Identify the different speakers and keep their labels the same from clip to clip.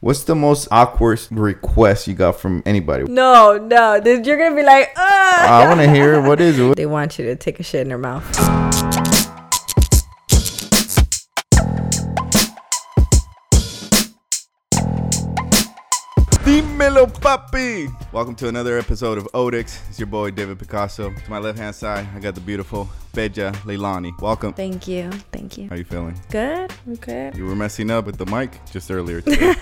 Speaker 1: What's the most awkward request you got from anybody?
Speaker 2: No, no. Then you're gonna be like, Ugh.
Speaker 1: I want to hear what is it.
Speaker 2: They want you to take a shit in their mouth.
Speaker 1: Dímelo, papi. Welcome to another episode of Odex. It's your boy David Picasso. To my left hand side, I got the beautiful Beja Leilani. Welcome.
Speaker 2: Thank you. Thank you.
Speaker 1: How you feeling?
Speaker 2: Good. I'm good.
Speaker 1: You were messing up with the mic just earlier today.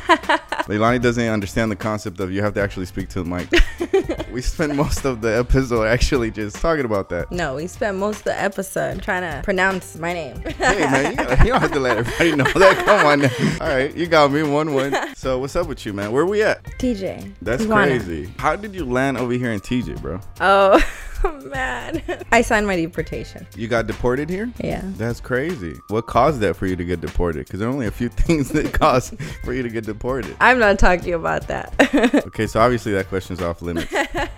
Speaker 1: Leilani doesn't understand the concept of you have to actually speak to the mic. we spent most of the episode actually just talking about that.
Speaker 2: No, we spent most of the episode trying to pronounce my name.
Speaker 1: Hey man, you, gotta- you don't have to let everybody know that. Come on. now. All right, you got me one one. So what's up with you, man? Where we at?
Speaker 2: TJ.
Speaker 1: That's
Speaker 2: Tijuana.
Speaker 1: crazy. How did you land over here in TJ, bro?
Speaker 2: Oh man. I signed my deportation.
Speaker 1: You got deported here?
Speaker 2: Yeah.
Speaker 1: That's crazy. What caused that for you to get deported? Because there are only a few things that cause for you to get deported.
Speaker 2: I'm not talking about that.
Speaker 1: Okay, so obviously that question's off limits. so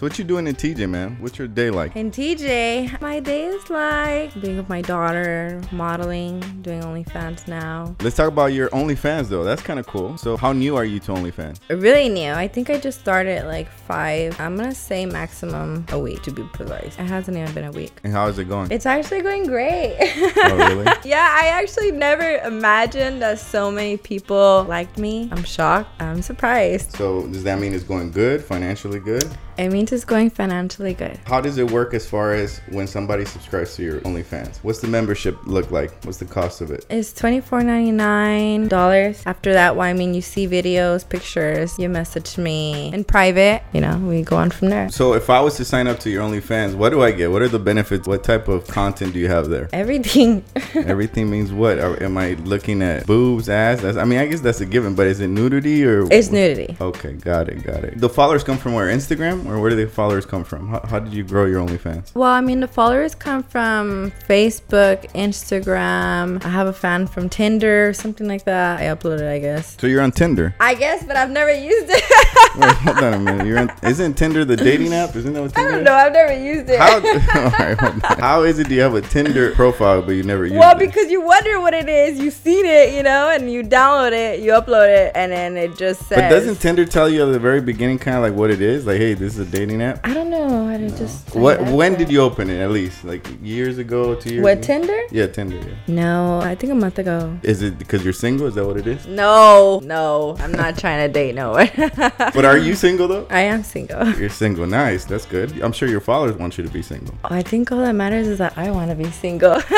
Speaker 1: what you doing in TJ, man? What's your day like?
Speaker 2: And TJ, my day is like being with my daughter, modeling, doing OnlyFans now.
Speaker 1: Let's talk about your OnlyFans though. That's kind of cool. So how new are you to OnlyFans?
Speaker 2: Really new. I think I just started like five, I'm gonna say maximum a week to be precise. It hasn't even been a week.
Speaker 1: And how is it going?
Speaker 2: It's actually going great.
Speaker 1: oh really?
Speaker 2: yeah, I actually never imagined that so many people liked me. I'm shocked. I'm surprised.
Speaker 1: So does that mean it's going good, financially good?
Speaker 2: It means it's going financially good.
Speaker 1: How does it work as far as when somebody subscribes to your OnlyFans? What's the membership look like? What's the cost of it?
Speaker 2: It's twenty four ninety nine dollars. After that, well, I mean, you see videos, pictures. You message me in private. You know, we go on from there.
Speaker 1: So if I was to sign up to your OnlyFans, what do I get? What are the benefits? What type of content do you have there?
Speaker 2: Everything.
Speaker 1: Everything means what? Are, am I looking at boobs, ass? That's, I mean, I guess that's a given, but is it nudity or?
Speaker 2: it's nudity.
Speaker 1: Okay, got it, got it. The followers come from where? Instagram, or where do the followers come from? How, how did you grow your OnlyFans?
Speaker 2: Well, I mean, the followers come from Facebook, Instagram. I have a fan from Tinder, something like that. I uploaded, I guess.
Speaker 1: So you're on Tinder.
Speaker 2: I guess, but I've never used it.
Speaker 1: Wait, hold on a minute. You're on, isn't Tinder the dating app? Isn't that what
Speaker 2: I
Speaker 1: Tinder?
Speaker 2: don't
Speaker 1: is?
Speaker 2: know. I've never used it.
Speaker 1: How, all right, hold on. how is it? Do you have a Tinder profile but you never use
Speaker 2: well,
Speaker 1: it?
Speaker 2: because you wonder what it is. You've seen it, you know, and you download it, you upload it, and then it just says.
Speaker 1: but doesn't Tinder tell you at the very beginning kind of like what it is? Like, hey, this is a dating app.
Speaker 2: I don't know how to just.
Speaker 1: What? When did you open it? At least like years ago, two years.
Speaker 2: What
Speaker 1: ago?
Speaker 2: Tinder?
Speaker 1: Yeah, Tinder. Yeah.
Speaker 2: No, I think a month ago.
Speaker 1: Is it because you're single? Is that what it is?
Speaker 2: No, no, I'm not trying to date no one.
Speaker 1: But are you single though?
Speaker 2: I am single. Oh,
Speaker 1: You're single. Nice. That's good. I'm sure your followers want you to be single.
Speaker 2: I think all that matters is that I want to be single.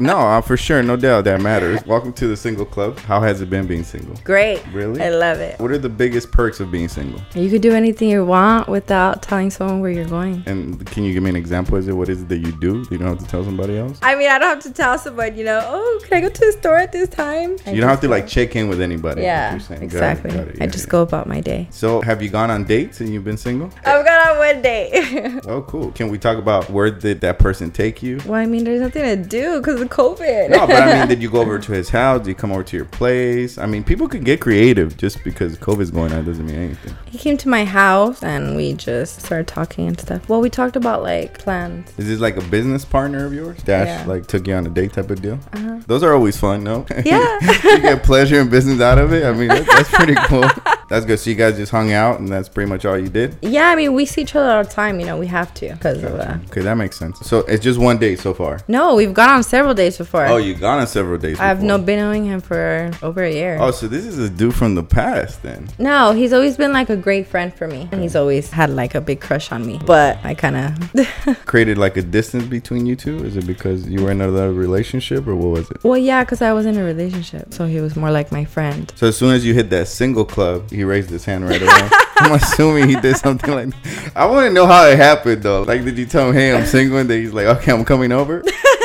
Speaker 1: No, uh, for sure. No doubt that matters. Welcome to the single club. How has it been being single?
Speaker 2: Great.
Speaker 1: Really?
Speaker 2: I love it.
Speaker 1: What are the biggest perks of being single?
Speaker 2: You could do anything you want without telling someone where you're going.
Speaker 1: And can you give me an example? Is it what is it that you do? that You don't have to tell somebody else.
Speaker 2: I mean, I don't have to tell someone, you know, oh, can I go to the store at this time? I
Speaker 1: You don't have
Speaker 2: just
Speaker 1: to
Speaker 2: go-
Speaker 1: like check in with anybody. is what
Speaker 2: Yeah,
Speaker 1: you're saying. Got it,
Speaker 2: exactly.
Speaker 1: got it,
Speaker 2: I
Speaker 1: yeah,
Speaker 2: just
Speaker 1: yeah.
Speaker 2: go about my day.
Speaker 1: So, have you gone on dates and you've been single?
Speaker 2: I've got on one date.
Speaker 1: Oh, cool. Can we talk about where did that person take you?
Speaker 2: well, I mean, there's nothing to do because of COVID.
Speaker 1: No, but I mean, did you go over to his house? Did you come over to your place? I mean, people can get creative just because COVID's going on doesn't mean anything.
Speaker 2: he came to my house and we just started talking and stuff. Well, we talked about like plans.
Speaker 1: Is this like a business partner of yours? Dash
Speaker 2: Yeah. Uh-huh.
Speaker 1: like took you on a date type of deal? Those are always fun, no?
Speaker 2: Yeah.
Speaker 1: you get pleasure and business out of it. I mean, that, that's pretty cool. That's good. So you guys just hung out and that's pretty much all you did?
Speaker 2: Yeah, I mean, we see each other all the time. You know, we have to because of that.
Speaker 1: Okay, that makes sense. So it's just one date so far.
Speaker 2: No, we've gone on several dates before.
Speaker 1: Oh, you've gone on several dates.
Speaker 2: I've
Speaker 1: before.
Speaker 2: no been knowing him for over a year.
Speaker 1: Oh, so this is a dude from the past then.
Speaker 2: No, he's always been like a great friend for me. And he's always had like a big crush on me. But I kind of.
Speaker 1: Created like a distance between you two? Is it because you were in another relationship or what was it?
Speaker 2: well, yeah, because I was in a relationship. So he was more like my friend.
Speaker 1: So as soon as you hit that single club, he raised his hand right away. I'm assuming he did something like that. I want to know how it happened though. Like, did you tell him, hey, I'm single? And then he's like, okay, I'm coming over?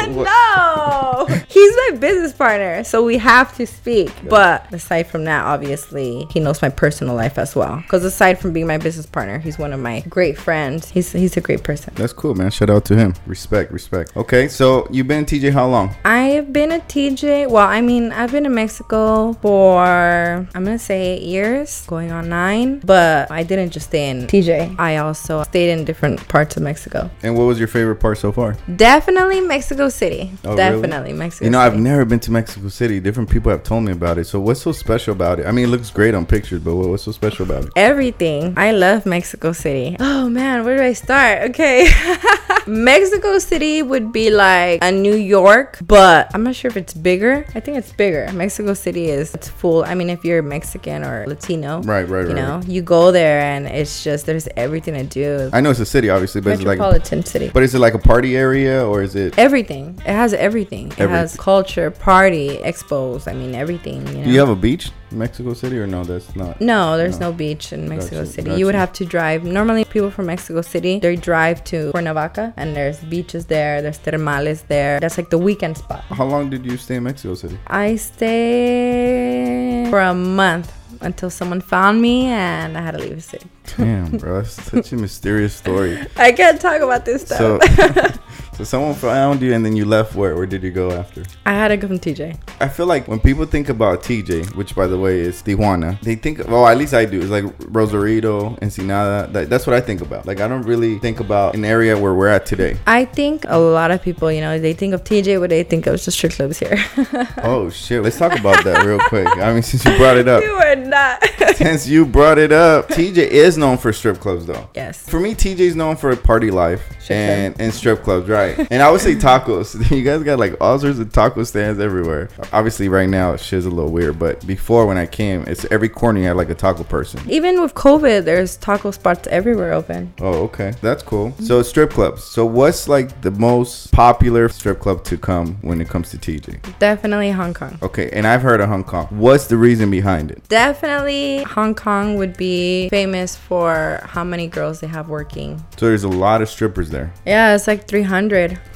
Speaker 1: What-
Speaker 2: No! he's my business partner. So we have to speak. But aside from that, obviously, he knows my personal life as well. Because aside from being my business partner, he's one of my great friends. He's, he's a great person.
Speaker 1: That's cool, man. Shout out to him. Respect, respect. Okay, so you've been in TJ how long?
Speaker 2: I've been a TJ. Well, I mean, I've been in Mexico for I'm gonna say eight years, going on nine. But I didn't just stay in TJ. I also stayed in different parts of Mexico.
Speaker 1: And what was your favorite part so far?
Speaker 2: Definitely Mexico City.
Speaker 1: Oh, really?
Speaker 2: Definitely definitely Mexico.
Speaker 1: You know, I've
Speaker 2: City.
Speaker 1: never been to Mexico City. Different people have told me about it. So what's so special about it? I mean, it looks great on pictures, but what- what's so special about it?
Speaker 2: everything. I love Mexico City. Oh man, where do I start? Okay. Mexico City would be like a New York, but I'm not sure if it's bigger. I think it's bigger. Mexico City is it's full. I mean, if you're Mexican or Latino,
Speaker 1: Right, right,
Speaker 2: you
Speaker 1: right,
Speaker 2: know, you go there and it's just there's everything to do.
Speaker 1: I know it's a city, obviously, but it's like,
Speaker 2: Metropolitan city.
Speaker 1: but is it like a party area or is it?
Speaker 2: Everything. It has everything. It has
Speaker 1: Everything.
Speaker 2: culture, party, expos. I mean, everything. You know?
Speaker 1: Do you have a beach in Mexico City or no? That's not.
Speaker 2: No, there's no, beach in Mexico
Speaker 1: Gotcha,
Speaker 2: City. You would
Speaker 1: gotcha.
Speaker 2: have to drive. Normally, people from Mexico City they drive to Cuernavaca, and there's beaches there. There's termales there. That's like the weekend spot.
Speaker 1: How long did you stay in Mexico City?
Speaker 2: I stayed for a month until someone found me, and I had to leave the city.
Speaker 1: Damn, bro, that's such a mysterious story.
Speaker 2: I can't talk about this stuff.
Speaker 1: So, so someone found you and then you left. Where? Where did you go after?
Speaker 2: I had to go from TJ.
Speaker 1: I feel like when people think about TJ, which by the way is Tijuana, they think, well, at least I do. It's like Rosarito, Ensenada. That, that's what I think about. Like, I don't really think about an area where we're at today.
Speaker 2: I think a lot of people, you know, they think of TJ, but they think of just strip clubs here.
Speaker 1: oh, shit. Let's talk about that real quick. I mean, since you brought it up.
Speaker 2: you are not.
Speaker 1: Since you brought it up, TJ is known for strip clubs, though.
Speaker 2: yes.
Speaker 1: For me, TJ's known for party life
Speaker 2: Strip
Speaker 1: and, and strip clubs, right? And I would say tacos. You guys got like all sorts of taco stands everywhere. Obviously, right now shit's a little weird, but before when I came, it's every corner you had like a taco person.
Speaker 2: Even with COVID, there's taco spots everywhere open.
Speaker 1: Oh, okay, that's cool. So strip clubs. So what's like the most popular strip club to come when it comes to TJ?
Speaker 2: Definitely Hong Kong.
Speaker 1: Okay, and I've heard of Hong Kong. What's the reason behind it?
Speaker 2: Definitely Hong Kong would be famous for how many girls they have working.
Speaker 1: So there's a lot of strippers there.
Speaker 2: Yeah, it's like 300.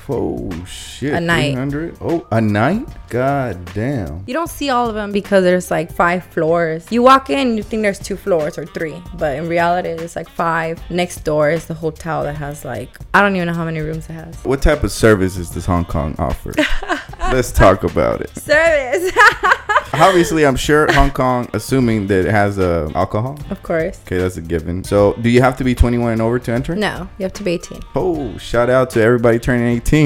Speaker 1: Oh shit,
Speaker 2: A night.
Speaker 1: 300? Oh, a night? God damn.
Speaker 2: You don't see all of them because there's like five floors. You walk in, you think there's two floors or three, but in reality, it's like five. Next door is the hotel that has like, I don't even know how many rooms it has.
Speaker 1: What type of services does Hong Kong offer? Let's talk about it.
Speaker 2: Service!
Speaker 1: Obviously, I'm sure Hong Kong, assuming that it has uh, alcohol.
Speaker 2: of course.
Speaker 1: Okay, that's a given. So, do you have to be 21 and over to enter?
Speaker 2: No, you have to be 18.
Speaker 1: Oh, shout out to everybody turning 18.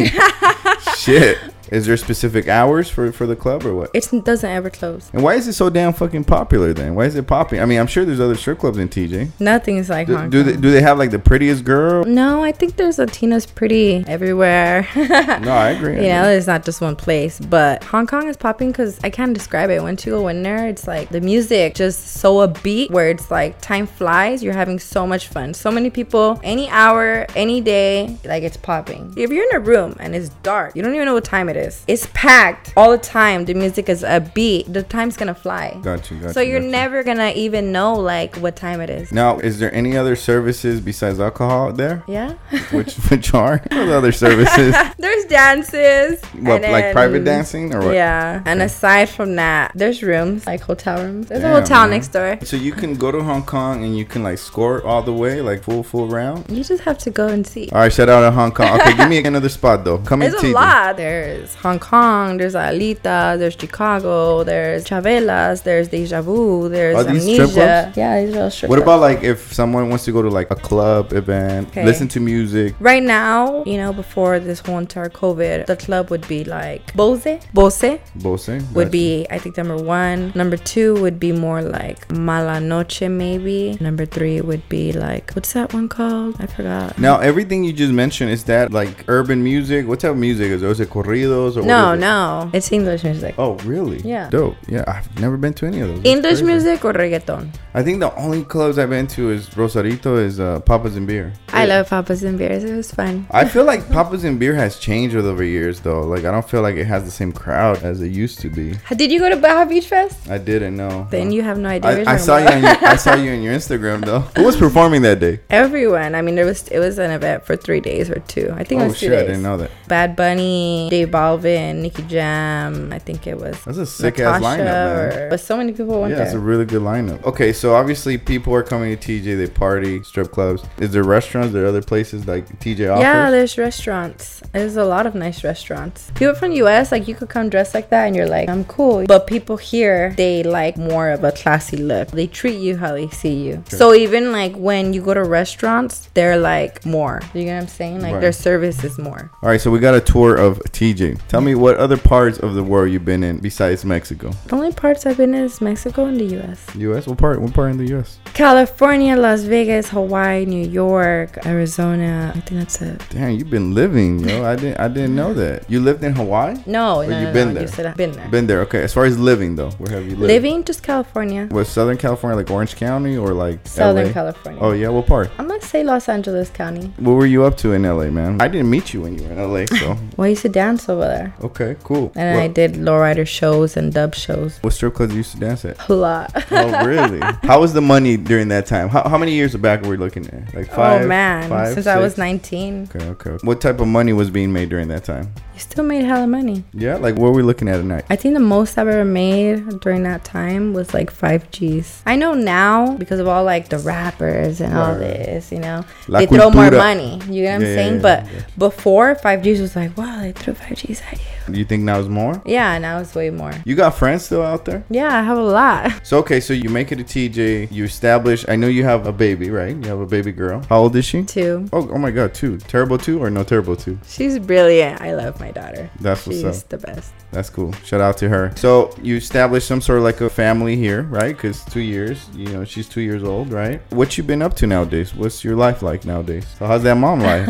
Speaker 1: Shit. Is there specific hours for, for the club or what?
Speaker 2: It doesn't ever close.
Speaker 1: And why is it so damn fucking popular then? Why is it popping? I mean, I'm sure there's other strip clubs in TJ.
Speaker 2: Nothing is like
Speaker 1: Do,
Speaker 2: Hong
Speaker 1: do
Speaker 2: Kong.
Speaker 1: they do they have like the prettiest girl?
Speaker 2: no, I think there's Latinas pretty everywhere.
Speaker 1: No, I agree. I
Speaker 2: you know
Speaker 1: agree.
Speaker 2: there's not just one place but hong kong is popping because i can't describe it once you go in there it's like the music just so a beat where it's like time flies you're having so much fun so many people any hour any day like it's popping if you're in a room and it's dark you don't even know what time it is it's packed all the time the music is a beat the time's gonna fly
Speaker 1: Gotcha, gotcha.
Speaker 2: so you're
Speaker 1: gotcha.
Speaker 2: never gonna even know like what time it is
Speaker 1: Now, is there any other services besides alcohol there?
Speaker 2: yeah
Speaker 1: which which are those other services
Speaker 2: there's dances
Speaker 1: what
Speaker 2: and
Speaker 1: like private
Speaker 2: then-
Speaker 1: dancing or what
Speaker 2: Yeah. And aside from that, there's rooms, like hotel rooms. There's
Speaker 1: Damn,
Speaker 2: a hotel
Speaker 1: man.
Speaker 2: next door.
Speaker 1: so you can go to hong kong and you can like score all the way like full full round
Speaker 2: You just have to go and see.
Speaker 1: all right shout out to hong kong okay give Uh, me another spot though come
Speaker 2: There's
Speaker 1: in
Speaker 2: a lot. There's Hong Kong, there's Alita, there's Chicago, there's Chavelas, there's Deja Vu, there's
Speaker 1: Are these strip
Speaker 2: Amnesia.
Speaker 1: clubs?
Speaker 2: Yeah, these are all strip
Speaker 1: what
Speaker 2: clubs.
Speaker 1: about like if someone wants to go to like a club event
Speaker 2: Okay.
Speaker 1: listen to music
Speaker 2: Right now, you know, before this whole entire COVID, the club would be like Bose. Bose
Speaker 1: Bose
Speaker 2: would be, I think, number one. Number two would be more like Mala Noche, maybe. Number three would be like, what's that one called? I forgot.
Speaker 1: now everything you just mentioned is that like urban music what type of music is there is it corridos or what
Speaker 2: No,
Speaker 1: is it?
Speaker 2: no. It's English music.
Speaker 1: oh really
Speaker 2: Yeah.
Speaker 1: dope yeah i've never been to any of those That's
Speaker 2: English
Speaker 1: crazy.
Speaker 2: music or reggaeton?
Speaker 1: i think the only clubs i've been to is rosarito is uh papas and beer
Speaker 2: I love Papas and Beers. It was fun.
Speaker 1: I feel like Papa's and Beer has changed over years though. Like I don't feel like it has the same crowd as it used to be.
Speaker 2: Did you go to Baja Beach Fest?
Speaker 1: I didn't know. Um,
Speaker 2: Then you have no idea. what
Speaker 1: I,
Speaker 2: you're
Speaker 1: I
Speaker 2: talking
Speaker 1: saw you.
Speaker 2: about.
Speaker 1: On your, I saw you on your Instagram though. Who was performing that day?
Speaker 2: Everyone. I mean, it was it was an event for three days or two. I think it
Speaker 1: Oh
Speaker 2: was two
Speaker 1: shit! I
Speaker 2: days.
Speaker 1: didn't know that.
Speaker 2: Bad Bunny, Dave Balvin, Nicki Jam. I think it was.
Speaker 1: That's a sick ass lineup, man.
Speaker 2: or- but so many people went
Speaker 1: Yeah, it's a
Speaker 2: there.
Speaker 1: really good lineup. Okay, so obviously people are coming to TJ. They party, strip clubs. Is there restaurants? Is there other places like TJ offers?
Speaker 2: yeah, there's restaurants. There's a lot of nice restaurants. People from US, like you could come dressed like that and you're like, I'm cool. But people here, they like more of a classy look. They treat you how they see you. So even like when you go to restaurants, they're like more. You know what I'm saying? Like
Speaker 1: Right.
Speaker 2: their service is more.
Speaker 1: All right, so we got a tour of TJ. see. Tell me what other parts of the world you've been in besides Mexico.
Speaker 2: The only parts I've been in is Mexico and the US.
Speaker 1: U.S. What part? What part in the U.S.?
Speaker 2: California, Las Vegas, Hawaii, New York, Arizona. I think that's it.
Speaker 1: Damn, you've been living, yo. I didn't. I didn't know that. You lived in Hawaii.
Speaker 2: No,
Speaker 1: Or
Speaker 2: no,
Speaker 1: you
Speaker 2: no,
Speaker 1: been
Speaker 2: no,
Speaker 1: there?
Speaker 2: You said I've been there.
Speaker 1: Been there. Okay. As far as living though, where have you lived?
Speaker 2: Living just California,
Speaker 1: Was Southern California like Orange County or like
Speaker 2: Southern
Speaker 1: LA?
Speaker 2: California.
Speaker 1: Oh yeah, what part?
Speaker 2: I'm gonna say Los Angeles County.
Speaker 1: What were you up to in LA, man? I didn't meet you when you were in LA, so
Speaker 2: Well, I used to dance over there,
Speaker 1: okay, cool.
Speaker 2: and
Speaker 1: what,
Speaker 2: I did lowrider shows and dub shows.
Speaker 1: what strip clubs you used to dance at?
Speaker 2: A lot.
Speaker 1: Oh really? How was the money during that time? How, how many years back were we looking at? Like five.
Speaker 2: oh man,
Speaker 1: five,
Speaker 2: since I was
Speaker 1: six?
Speaker 2: 19,
Speaker 1: Okay, okay. What type of money was being made during that time?
Speaker 2: you still made hella money.
Speaker 1: Yeah, like what were we looking at at night?
Speaker 2: I think the most I've ever made during that time was like five G's. I know now because of all like the rappers and all
Speaker 1: Right.
Speaker 2: this, you know,
Speaker 1: La
Speaker 2: they throw more
Speaker 1: cultura.
Speaker 2: money. You know what I'm
Speaker 1: Yeah, yeah,
Speaker 2: saying?
Speaker 1: yeah,
Speaker 2: but
Speaker 1: yeah.
Speaker 2: before five G's was like, wow, they threw five G's at you.
Speaker 1: Do you think that was more?
Speaker 2: Yeah, now it's way more.
Speaker 1: You got friends still out there?
Speaker 2: Yeah, I have a lot.
Speaker 1: So okay, so you make it a TJ. You establish. I know you have a baby, right? You have a baby girl. How old is she?
Speaker 2: Too.
Speaker 1: Oh, oh my God, two. Terrible two or no terrible two?
Speaker 2: She's brilliant. I love my daughter.
Speaker 1: That's what's
Speaker 2: She's
Speaker 1: up.
Speaker 2: the best.
Speaker 1: That's cool. Shout out to her. So you established some sort of like a family here, right? Because two years, you know, she's two years old, right? What you been up to nowadays? What's your life like nowadays? So how's that mom life?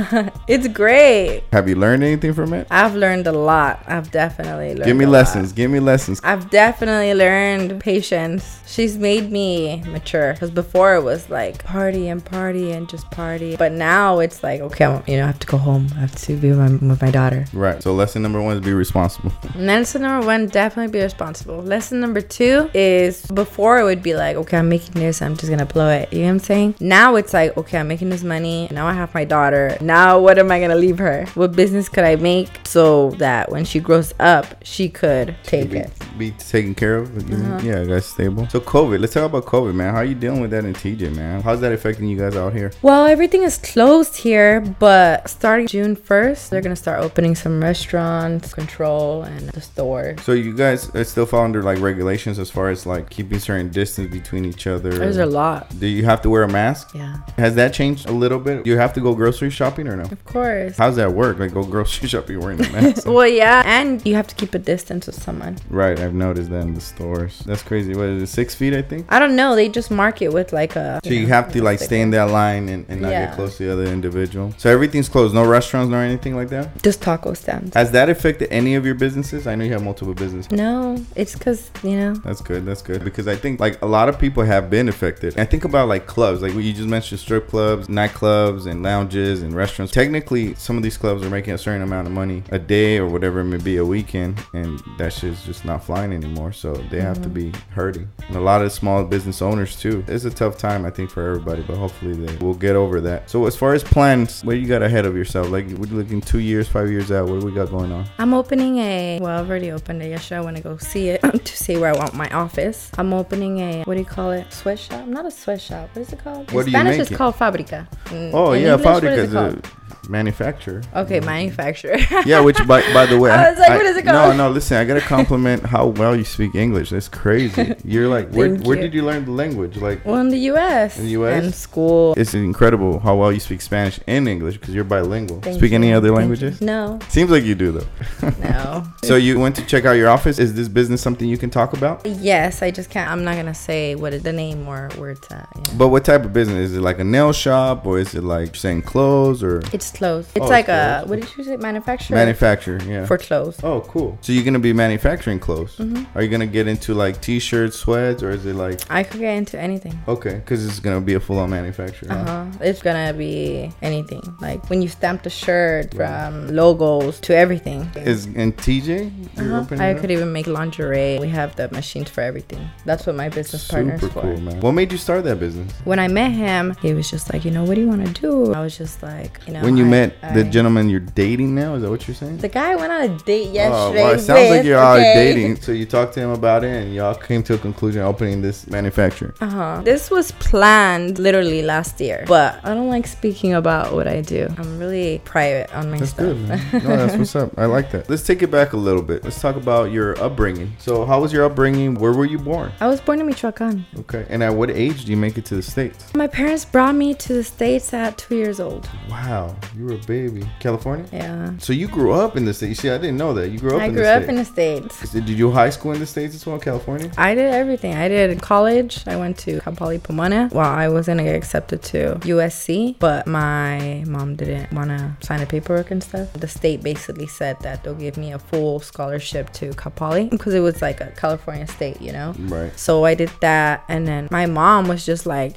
Speaker 2: It's great.
Speaker 1: have you learned anything from it?
Speaker 2: I've learned a lot. I've definitely learned.
Speaker 1: Give me
Speaker 2: a lot.
Speaker 1: lessons. Give me lessons.
Speaker 2: I've definitely learned patience. She's made me mature because before it was like party and party and just party, but now it's like okay, I'm, you know, I have to go home. I have to be with my, with my daughter.
Speaker 1: Right. So lesson number one is be responsible.
Speaker 2: And lesson number one, definitely be responsible. Lesson number two is before it would be like okay, I'm making this, I'm just gonna blow it. You know what I'm saying? Now it's like okay, I'm making this money. Now I have my daughter. Now what am I gonna leave her? What business could I make so that when she grows up, she could take
Speaker 1: be,
Speaker 2: it.
Speaker 1: be taken care of. you
Speaker 2: Uh-huh.
Speaker 1: mean? Yeah, guys, stable. So COVID. Let's talk about COVID, man. How you dealing with that in TJ, man? How's that affecting you guys out here?
Speaker 2: Well, everything is closed here, but starting June 1st, they're going to start opening some restaurants, control, and the store.
Speaker 1: So you guys are still fall under like regulations as far as like keeping certain distance between each other.
Speaker 2: There's a lot.
Speaker 1: Do you have to wear a mask?
Speaker 2: Yeah.
Speaker 1: Has that changed a little bit? Do you have to go grocery shopping or no?
Speaker 2: Of course.
Speaker 1: How's that work? Like go grocery shopping wearing a mask?
Speaker 2: Well, yeah. And you have to keep a distance with someone.
Speaker 1: right, I've noticed that in the stores. That's crazy. What is it? Six feet, I think.
Speaker 2: I don't know. They just mark it with like a.
Speaker 1: So you have to like stay in that line and, and not
Speaker 2: Yeah.
Speaker 1: get close to the other individual. So everything's closed. No restaurants, nor anything like that.
Speaker 2: Just taco stands.
Speaker 1: Has that affected any of your businesses? I know you have multiple businesses.
Speaker 2: No, it's because, you know.
Speaker 1: That's good. That's good because I think like a lot of people have been affected. I think about like clubs, like you just mentioned, strip clubs, nightclubs, and lounges and restaurants. Technically, some of these clubs are making a certain amount of money a day or whatever it may be, a weekend, and that shit's just not flying anymore. So they have to be hurting, and a lot of small business owners too. It's a tough time, I think, for everybody, but hopefully they will get over that. So as far as plans, what you got ahead of yourself? Like we're looking two years, five years out. What do we got going on?
Speaker 2: I'm opening a. Well, I've already opened it yesterday. I want to go see it to see where I want my office. I'm opening a. What do you call it? Sweatshop? Not a sweatshop. What is it called?
Speaker 1: What
Speaker 2: In
Speaker 1: do you
Speaker 2: Spanish,
Speaker 1: make
Speaker 2: it's
Speaker 1: it?
Speaker 2: called fabrica. In-
Speaker 1: Oh
Speaker 2: in
Speaker 1: yeah,
Speaker 2: English, what is
Speaker 1: Fabrica
Speaker 2: it
Speaker 1: is Mm. a
Speaker 2: called?
Speaker 1: manufacturer.
Speaker 2: Okay, manufacturer.
Speaker 1: Yeah, which by, by the way,
Speaker 2: I was like, what is it called?
Speaker 1: No, no, listen, I gotta compliment how well you speak English. That's crazy. You're like, where,
Speaker 2: Thank
Speaker 1: where
Speaker 2: you.
Speaker 1: did you learn the language? Like,
Speaker 2: well, in the U.S.
Speaker 1: In the US?
Speaker 2: And school.
Speaker 1: it's incredible how well you speak Spanish and English because you're bilingual.
Speaker 2: Thank
Speaker 1: speak any
Speaker 2: you.
Speaker 1: other
Speaker 2: Thank you.
Speaker 1: languages?
Speaker 2: No,
Speaker 1: Seems like you do though.
Speaker 2: no.
Speaker 1: so you went to check out your office. Is this business something you can talk about?
Speaker 2: yes, I just can't. I'm not gonna say what is the name or where it's at. yeah.
Speaker 1: But what type of business is it? Like a nail shop or is it like saying clothes or
Speaker 2: It's closed. It's
Speaker 1: Oh, it's
Speaker 2: like a.
Speaker 1: closed.
Speaker 2: What did you say? Manufacturer.
Speaker 1: manufacturer? Yeah.
Speaker 2: for clothes.
Speaker 1: Oh, cool. So you're gonna be manufacturing clothes.
Speaker 2: Mm-hmm.
Speaker 1: Are you gonna get into like t-shirts, sweats, or is it like
Speaker 2: I could get into anything.
Speaker 1: okay? Because it's gonna be a full-on manufacturer. huh?
Speaker 2: Uh-huh. It's gonna be anything. Like when you stamp the shirt from logos to everything.
Speaker 1: Is and TJ? You're
Speaker 2: Uh-huh.
Speaker 1: opening
Speaker 2: I
Speaker 1: it up?
Speaker 2: could even make lingerie. We have the machines for everything. That's what my business partner's
Speaker 1: Super
Speaker 2: for.
Speaker 1: cool, man. What made you start that business?
Speaker 2: When I met him, he was just like, you know, what do you want to do? I was just like, you know.
Speaker 1: when you
Speaker 2: I-
Speaker 1: met the
Speaker 2: I-
Speaker 1: gentleman you're dating now, is that what you're saying?
Speaker 2: The guy I went on a date
Speaker 1: Oh,
Speaker 2: yesterday.
Speaker 1: wow, it sounds like
Speaker 2: with,
Speaker 1: you're already
Speaker 2: okay?
Speaker 1: dating. So you talked to him about it, and y'all came to a conclusion opening this manufacturer.
Speaker 2: Uh huh. This was planned literally last year, but I don't like speaking about what I do. I'm really private on my
Speaker 1: That's
Speaker 2: stuff.
Speaker 1: good, man. No, that's what's up. I like that. Let's take it back a little bit. Let's talk about your upbringing. So, how was your upbringing? Where were you born?
Speaker 2: I was born in Michoacan.
Speaker 1: Okay. And at what age do you make it to the States?
Speaker 2: My parents brought me to the States at two years old.
Speaker 1: Wow. You were a baby. California?
Speaker 2: Yeah.
Speaker 1: So you grew up in the States. See, I didn't know that. You grew up
Speaker 2: I
Speaker 1: in
Speaker 2: grew
Speaker 1: the
Speaker 2: up in
Speaker 1: States.
Speaker 2: the States.
Speaker 1: Did you do high school in the States as well, California?
Speaker 2: I did everything. I did college. I went to Cal Poly Pomona. Well, I was gonna get accepted to USC, but my mom didn't wanna sign the paperwork and stuff. The state basically said that they'll give me a full scholarship to Cal Poly because it was like a California state, you know.
Speaker 1: Right.
Speaker 2: So I did that, and then my mom was just like,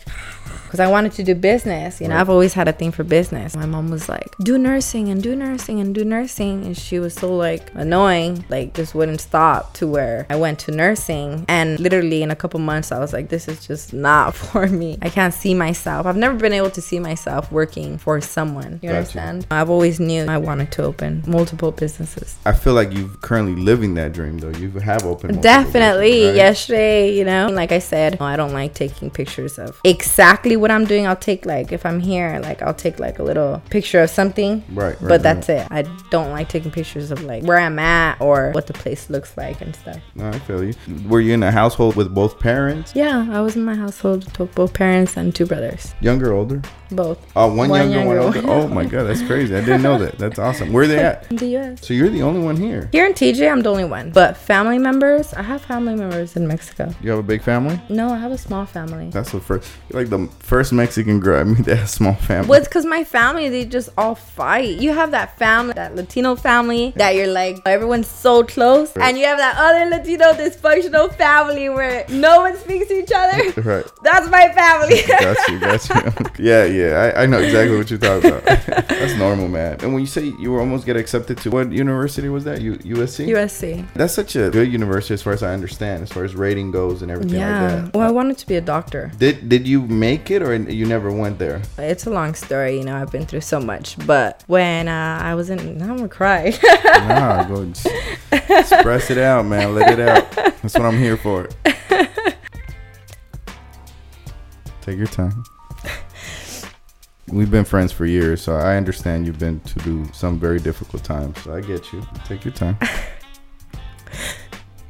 Speaker 2: because I wanted to do business. You know, I've always had a thing for business. My mom was like, do nursing and do nursing and do nursing, and she was so like annoying, like just wouldn't stop. To where I went to nursing, and literally in a couple months, I was like, this is just not for me. I can't see myself. I've never been able to see myself working for someone. You
Speaker 1: Gotcha.
Speaker 2: understand? I've always knew I wanted to open multiple businesses.
Speaker 1: I feel like you're currently living that dream, though. You have opened. multiple
Speaker 2: Definitely.
Speaker 1: doors, right?
Speaker 2: Yesterday, you know, like I said, I don't like taking pictures of exactly what I'm doing. I'll take like if I'm here, like I'll take like a little picture of something.
Speaker 1: Right, right,
Speaker 2: But
Speaker 1: right.
Speaker 2: that's it. I don't like taking pictures of like where I'm at or what the place looks like and stuff.
Speaker 1: No, I feel you. Were you in a household with both parents?
Speaker 2: Yeah, I was in my household with both parents and two brothers.
Speaker 1: Younger, older?
Speaker 2: Both.
Speaker 1: Oh, one
Speaker 2: One
Speaker 1: younger, one older.
Speaker 2: younger,
Speaker 1: Oh my god, that's crazy. I didn't know that. That's awesome. Where they at?
Speaker 2: In the US.
Speaker 1: So you're the only one here.
Speaker 2: Here in TJ, I'm the only one. But family members, I have family members in Mexico.
Speaker 1: You have a big family?
Speaker 2: No, I have a small family.
Speaker 1: That's the first. You're like the first Mexican girl I meet that has small family.
Speaker 2: Well, it's because my family, they just all fight. You have that family, that Latino family, that you're like, everyone's so close.
Speaker 1: Right.
Speaker 2: And you have that other Latino dysfunctional family where no one speaks to each other.
Speaker 1: Right.
Speaker 2: That's my family.
Speaker 1: Got you, got you. yeah, yeah. I, I know exactly what you're talking about. That's normal, man. And when you say you were almost get accepted to what university was that? U- USC?
Speaker 2: USC.
Speaker 1: That's such a good university as far as I understand, as far as rating goes and everything
Speaker 2: Yeah.
Speaker 1: like that.
Speaker 2: Well, I wanted to be a doctor.
Speaker 1: Did did you make it or you never went there?
Speaker 2: It's a long story, you know. I've been through so much, but when uh, I was in, now I'm gonna cry.
Speaker 1: nah, go and s- express it out, man. Let it out. That's what I'm here for. Take your time. We've been friends for years, so I understand you've been to do some very difficult times. So I get you. Take your time.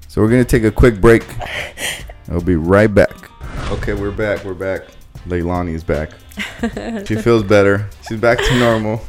Speaker 1: so we're gonna take a quick break. I'll be right back. Okay, we're back. We're back. Leilani is back. She feels better. She's back to normal.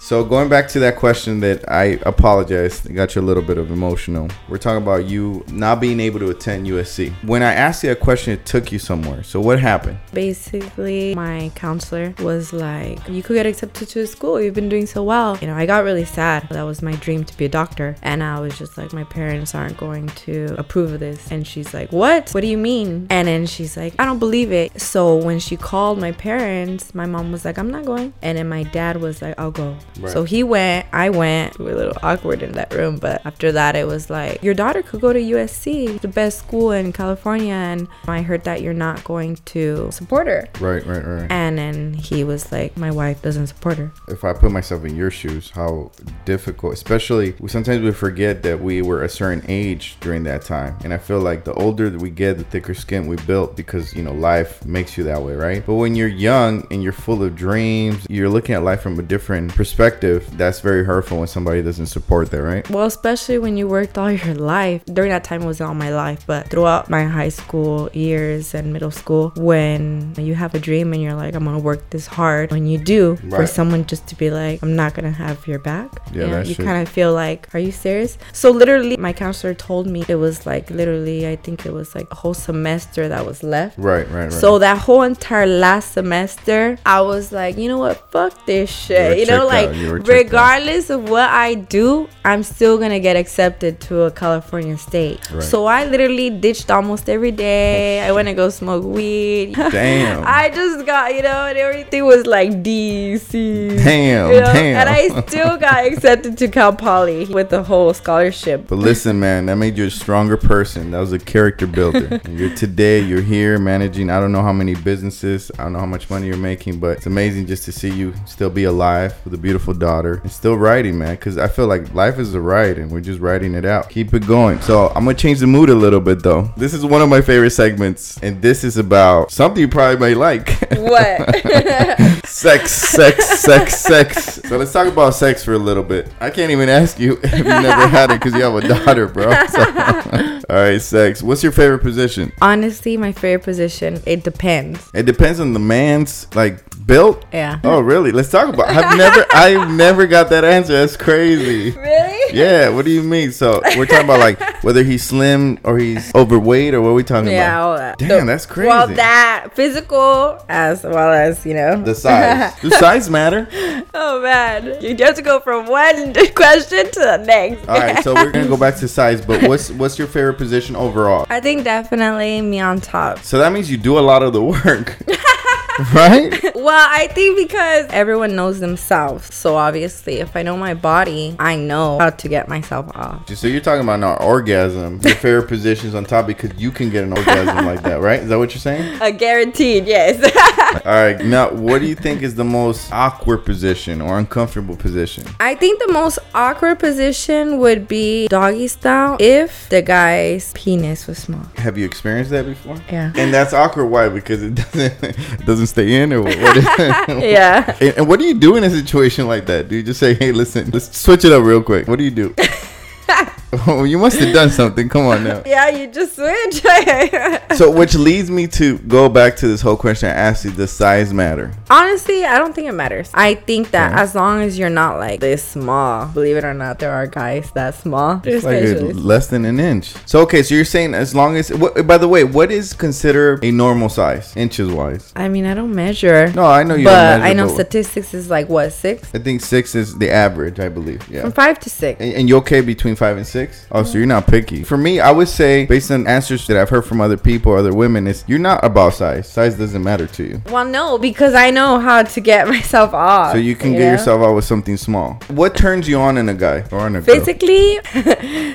Speaker 1: So going back to that question that I apologize, it got you a little bit of emotional. We're talking about you not being able to attend USC. When I asked you that question, it took you somewhere. So what happened?
Speaker 2: basically my counselor was like you could get accepted to a school you've been doing so well you know i got really sad that was my dream to be a doctor and i was just like my parents aren't going to approve of this and she's like what what do you mean and then she's like i don't believe it so when she called my parents my mom was like i'm not going and then my dad was like i'll go
Speaker 1: Right.
Speaker 2: so he went i went we were a little awkward in that room but after that it was like your daughter could go to usc the best school in california and i heard that you're not going to support her
Speaker 1: Right, right, right.
Speaker 2: and then he was like, My wife doesn't support her.
Speaker 1: If I put myself in your shoes, how difficult, especially we- sometimes we forget that we were a certain age during that time. And I feel like the older that we get, the thicker skin we built because, you know, life makes you that way, right? But when you're young and you're full of dreams, you're looking at life from a different perspective. That's very hurtful when somebody doesn't support that, right?
Speaker 2: Well, especially when you worked all your life. During that time, it wasn't all my life, but throughout my high school years and middle school, when you have a dream and you're like, I'm gonna work this hard, when you do, for
Speaker 1: Right.
Speaker 2: someone just to be like, I'm not gonna have your back,
Speaker 1: Yeah,
Speaker 2: you, know,
Speaker 1: that's
Speaker 2: you
Speaker 1: true.
Speaker 2: kind of feel like, Are you serious? So, literally, my counselor told me it was like, literally, I think it was like a whole semester that was left.
Speaker 1: Right, right, right.
Speaker 2: So that whole entire last semester, I was like, you know what? Fuck this shit.
Speaker 1: You
Speaker 2: You,
Speaker 1: were
Speaker 2: know,
Speaker 1: checked
Speaker 2: like
Speaker 1: out. You were checked out.
Speaker 2: regardless of what I do, I'm still gonna get accepted to a California state.
Speaker 1: Right. Oh,
Speaker 2: So I literally ditched almost every day. I went to go smoke weed.
Speaker 1: Damn.
Speaker 2: I just got, you know, and everything was like D C.
Speaker 1: Damn,
Speaker 2: you know?
Speaker 1: damn.
Speaker 2: And I still got accepted to Cal Poly with the whole scholarship.
Speaker 1: But listen, man, that made you a stronger person. That was a character builder. And you're today, you're here managing. I don't know how many businesses, I don't know how much money you're making, but it's amazing just to see you still be alive with a beautiful daughter and still writing, man. Because I feel like life is a ride, and we're just writing it out. Keep it going. So I'm gonna change the mood a little bit, though. This is one of my favorite segments, and this is about something you probably may like.
Speaker 2: What?
Speaker 1: sex, sex, sex, sex. So let's talk about sex for a little bit. I can't even ask you if you never had it because you have a daughter, bro. So- all right, sex. What's your favorite position?
Speaker 2: Honestly, my favorite position, it depends.
Speaker 1: It depends on the man's like built.
Speaker 2: Yeah.
Speaker 1: Oh, really? Let's talk about. I've never, I've never got that answer. That's crazy.
Speaker 2: Really?
Speaker 1: Yeah. What do you mean? So we're talking about like whether he's slim or he's overweight or what are we talking
Speaker 2: Yeah,
Speaker 1: about?
Speaker 2: all that.
Speaker 1: Damn, that's crazy.
Speaker 2: Well, that physical as well as, you know.
Speaker 1: The size. Do size matter?
Speaker 2: oh, man. You have to go from one question to the next.
Speaker 1: All right, so we're gonna go back to size, but what's what's your favorite position overall?
Speaker 2: I think definitely me on top.
Speaker 1: So that means you do a lot of the work, right?
Speaker 2: Well, I think because everyone knows themselves. So obviously, if I know my body, I know how to get myself off.
Speaker 1: So you're talking about an orgasm. Your favorite position's on top because you can get an orgasm like that, right? Is that what you're saying?
Speaker 2: Uh, guaranteed, yes.
Speaker 1: All right. Now, what do you think is the most awkward position or uncomfortable position?
Speaker 2: I think the most awkward position would be doggy style if the guy's penis was small.
Speaker 1: Have you experienced that before?
Speaker 2: Yeah.
Speaker 1: And that's awkward. Why? Because it doesn't it doesn't stay in or what? what is-
Speaker 2: Yeah.
Speaker 1: And, and what do you do in a situation like that? Do you just say, "Hey, listen, let's switch it up real quick"? What do you do? oh, you must have done something. Come on now.
Speaker 2: Yeah, you just switch.
Speaker 1: So, which leads me to go back to this whole question I asked you: Does size matter?
Speaker 2: Honestly, I don't think it matters. I think that
Speaker 1: Okay.
Speaker 2: as long as you're not like this small, believe it or not, there are guys that small.
Speaker 1: It's like a- less than an inch. So, okay, so you're saying as long as, what, by the way, what is considered a normal size, inches wise?
Speaker 2: I mean, I don't measure.
Speaker 1: No, I know you. don't
Speaker 2: but
Speaker 1: measure,
Speaker 2: I know statistics is like what six
Speaker 1: I think six is the average, I believe. Yeah.
Speaker 2: from five to six.
Speaker 1: And, and you okay between five and six? Oh, so you're not picky. For me, I would say, based on answers that I've heard from other people, other women, is you're not about size. Size doesn't matter to you.
Speaker 2: Well, no, because I know how to get myself off.
Speaker 1: So you can
Speaker 2: know?
Speaker 1: get yourself out with something small. What turns you on in a guy or in a girl?
Speaker 2: physically,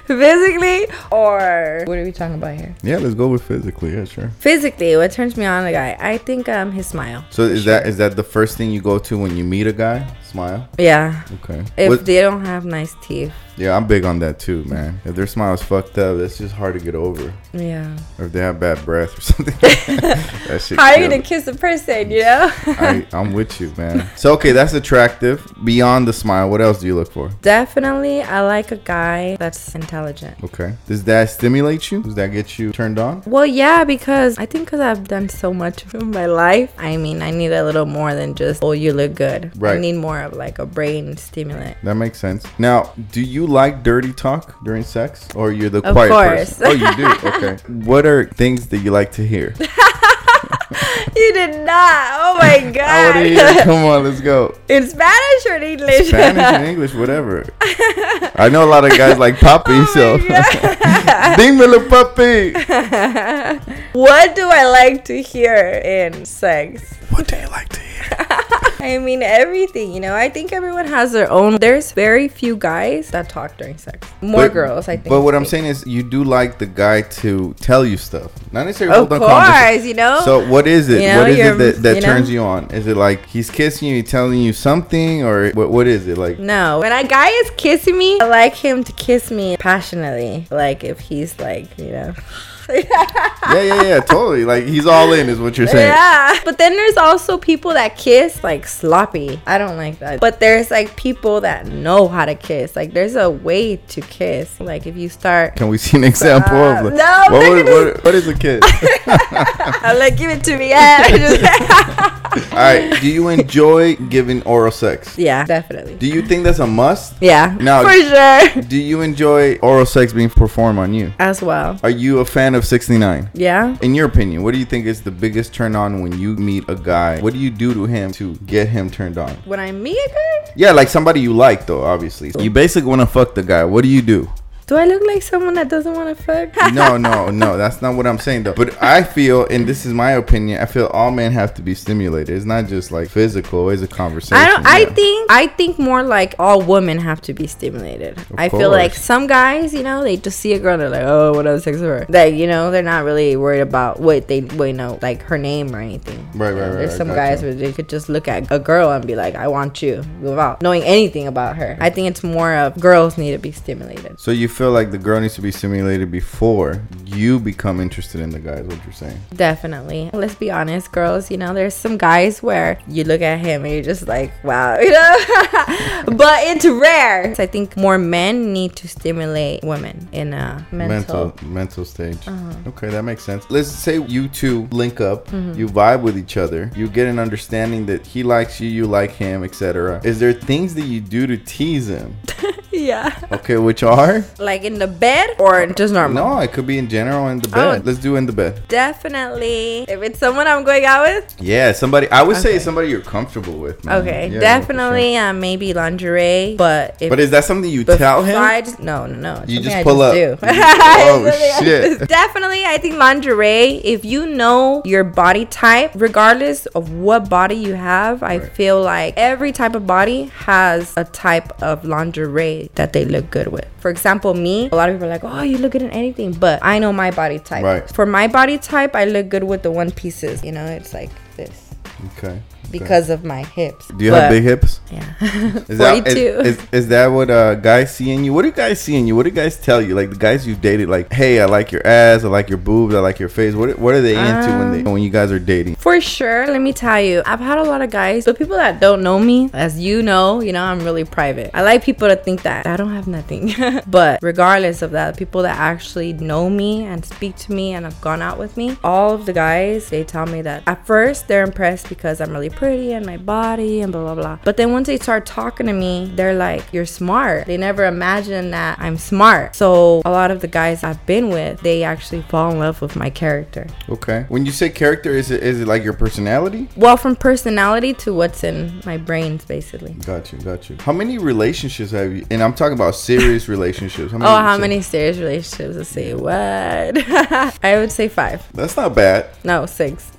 Speaker 2: physically, or what are we talking about here?
Speaker 1: Yeah, let's go with physically. Yeah, sure.
Speaker 2: Physically, what turns me on in a guy? I think um his smile.
Speaker 1: So is that is that the first thing you go to when you meet a guy? Smile.
Speaker 2: Yeah.
Speaker 1: Okay.
Speaker 2: If
Speaker 1: What-
Speaker 2: they don't have nice teeth,
Speaker 1: yeah, I'm big on that too, man. If their smile is fucked up, that's just hard to get over.
Speaker 2: yeah.
Speaker 1: Or if they have bad breath or something. that shit.
Speaker 2: How are you
Speaker 1: kills.
Speaker 2: gonna kiss a person? You know.
Speaker 1: I, I'm with you, man. So okay, that's attractive. Beyond the smile, what else do you look for?
Speaker 2: Definitely, I like a guy that's intelligent.
Speaker 1: Okay. Does that stimulate you? Does that get you turned on?
Speaker 2: Well, yeah, because I think because I've done so much in my life. I mean, I need a little more than just oh, you look good.
Speaker 1: Right.
Speaker 2: I need more of like a brain stimulant.
Speaker 1: That makes sense. Now, do you like dirty talk during sex, or you're the
Speaker 2: Of
Speaker 1: quiet
Speaker 2: course.
Speaker 1: person? Oh, you do. Okay. what are things that you like to hear?
Speaker 2: You did not. Oh my
Speaker 1: I want to hear.
Speaker 2: god.
Speaker 1: Come on, let's go.
Speaker 2: in Spanish or in English?
Speaker 1: Spanish and English, whatever. I know a lot of guys like Poppy,
Speaker 2: Oh
Speaker 1: so dímelo, Poppy.
Speaker 2: what do I like to hear in sex?
Speaker 1: What do you like to hear?
Speaker 2: I mean everything, you know. I think everyone has their own. There's very few guys that talk during sex. More
Speaker 1: But-
Speaker 2: girls, I think.
Speaker 1: But what I'm
Speaker 2: speak.
Speaker 1: saying is, you do like the guy to tell you stuff, not necessarily
Speaker 2: Of
Speaker 1: hold on conversation.
Speaker 2: course, you know.
Speaker 1: So what is it?
Speaker 2: You know,
Speaker 1: what is
Speaker 2: you're-
Speaker 1: it that, that
Speaker 2: you know?
Speaker 1: turns you on? Is it like he's kissing you, telling you something, or what? What is it like?
Speaker 2: No, when a guy is kissing me, I like him to kiss me passionately. Like if he's like, you know.
Speaker 1: yeah, yeah, yeah, totally. Like he's all in, is what you're saying.
Speaker 2: Yeah. But then there's also people that kiss like sloppy. I don't like that. But there's like people that know how to kiss. Like there's a way to kiss. Like if you start,
Speaker 1: Can we see an example of
Speaker 2: Uh,
Speaker 1: like,
Speaker 2: no, I'm
Speaker 1: what,
Speaker 2: not
Speaker 1: would-
Speaker 2: gonna-
Speaker 1: what, what is a kiss?
Speaker 2: I'm like, give it to me. Yeah.
Speaker 1: all right. Do you enjoy giving oral sex?
Speaker 2: yeah, definitely.
Speaker 1: Do you think that's a must?
Speaker 2: Yeah.
Speaker 1: Now-
Speaker 2: for sure.
Speaker 1: Do you enjoy oral sex being performed on you?
Speaker 2: As well.
Speaker 1: Are you a fan of 69?
Speaker 2: Yeah.
Speaker 1: In your opinion, what do you think is the biggest turn on when you meet a guy? What do you do to him to get him turned on?
Speaker 2: When I meet a guy,
Speaker 1: Yeah, like somebody you like though, obviously. You basically want to fuck the guy. What do you do?
Speaker 2: do I look like someone that doesn't want to fuck?
Speaker 1: No, no, no. That's not what I'm saying though. But I feel, and this is my opinion, I feel all men have to be stimulated. It's not just like physical. It's a conversation.
Speaker 2: I don't. I
Speaker 1: yeah.
Speaker 2: think. I think more like all women have to be stimulated. I feel like
Speaker 1: course.
Speaker 2: some guys, you know, they just see a girl, and they're like, oh, what other sex with her? Like, you know, they're not really worried about what they, well, you know, like her name or anything.
Speaker 1: Right,
Speaker 2: You
Speaker 1: right,
Speaker 2: know,
Speaker 1: right,
Speaker 2: There's
Speaker 1: I
Speaker 2: some
Speaker 1: gotcha.
Speaker 2: guys where they could just look at a girl and be like, I want you, without knowing anything about her. I think it's more of girls need to be stimulated.
Speaker 1: So you feel like the girl needs to be simulated before you become interested in the guy. Is what you're saying?
Speaker 2: Definitely. Let's be honest, girls. You know, there's some guys where you look at him and you're just like, wow, you know. but it's rare. So I think more men need to stimulate women in a mental. Uh-huh.
Speaker 1: mental stage. Okay, that makes sense. Let's say you two link up,
Speaker 2: Mm-hmm.
Speaker 1: you vibe with each other, you get an understanding that he likes you, you like him, etc. Is there things that you do to tease him?
Speaker 2: Yeah.
Speaker 1: Okay, which are?
Speaker 2: Like in the bed or just normal.
Speaker 1: No, it could be in general in the bed.
Speaker 2: Oh.
Speaker 1: Let's do in the bed.
Speaker 2: Definitely. If it's someone I'm going out with,
Speaker 1: Yeah, somebody. I would say
Speaker 2: Okay.
Speaker 1: somebody you're comfortable with. man.
Speaker 2: okay,
Speaker 1: Mm, Yeah, for
Speaker 2: definitely.
Speaker 1: sure.
Speaker 2: Uh, maybe lingerie, but if
Speaker 1: But is that something you
Speaker 2: Bef-
Speaker 1: tell him?
Speaker 2: I just- no, no, no. It's
Speaker 1: You
Speaker 2: something
Speaker 1: just
Speaker 2: I
Speaker 1: pull up.
Speaker 2: do.
Speaker 1: You just- oh,
Speaker 2: It's something I
Speaker 1: shit.
Speaker 2: just- definitely, I think lingerie. If you know your body type, regardless of what body you have, I
Speaker 1: Right.
Speaker 2: feel like every type of body has a type of lingerie that they look good with. For example, me. A lot of people are like, "Oh, you look good in anything," but I know my body type.
Speaker 1: Right.
Speaker 2: For my body type, I look good with the one pieces. You know, it's like this
Speaker 1: Okay. okay.
Speaker 2: because of my hips.
Speaker 1: Do you
Speaker 2: But-
Speaker 1: have big hips?
Speaker 2: Yeah.
Speaker 1: Is that, is,
Speaker 2: 42.
Speaker 1: is, is that what uh, guys see in you? What do guys see in you? What do guys tell you? Like the guys you've dated, like, hey, I like your ass, I like your boobs, I like your face. What what are they into when
Speaker 2: Um,
Speaker 1: they when you guys are dating?
Speaker 2: For sure, let me tell you, I've had a lot of guys, but people that don't know me, as you know, you know, I'm really private. I like people to think that I don't have nothing. but regardless of that, people that actually know me and speak to me and have gone out with me, all of the guys, they tell me that at first they're impressed because I'm really pretty and my body and blah, blah, blah. But then once they start talking to me, they're like, you're smart. They never imagine that I'm smart. So a lot of the guys I've been with, they actually fall in love with my character.
Speaker 1: Okay. When you say character, is it is it like your personality?
Speaker 2: Well, from personality to what's in my brains, basically.
Speaker 1: Got you, got you. How many relationships have you? And I'm talking about serious relationships. How many
Speaker 2: Oh,
Speaker 1: would you
Speaker 2: how
Speaker 1: say?
Speaker 2: many serious relationships? Let's see. What? I would say five.
Speaker 1: That's not bad.
Speaker 2: No, six.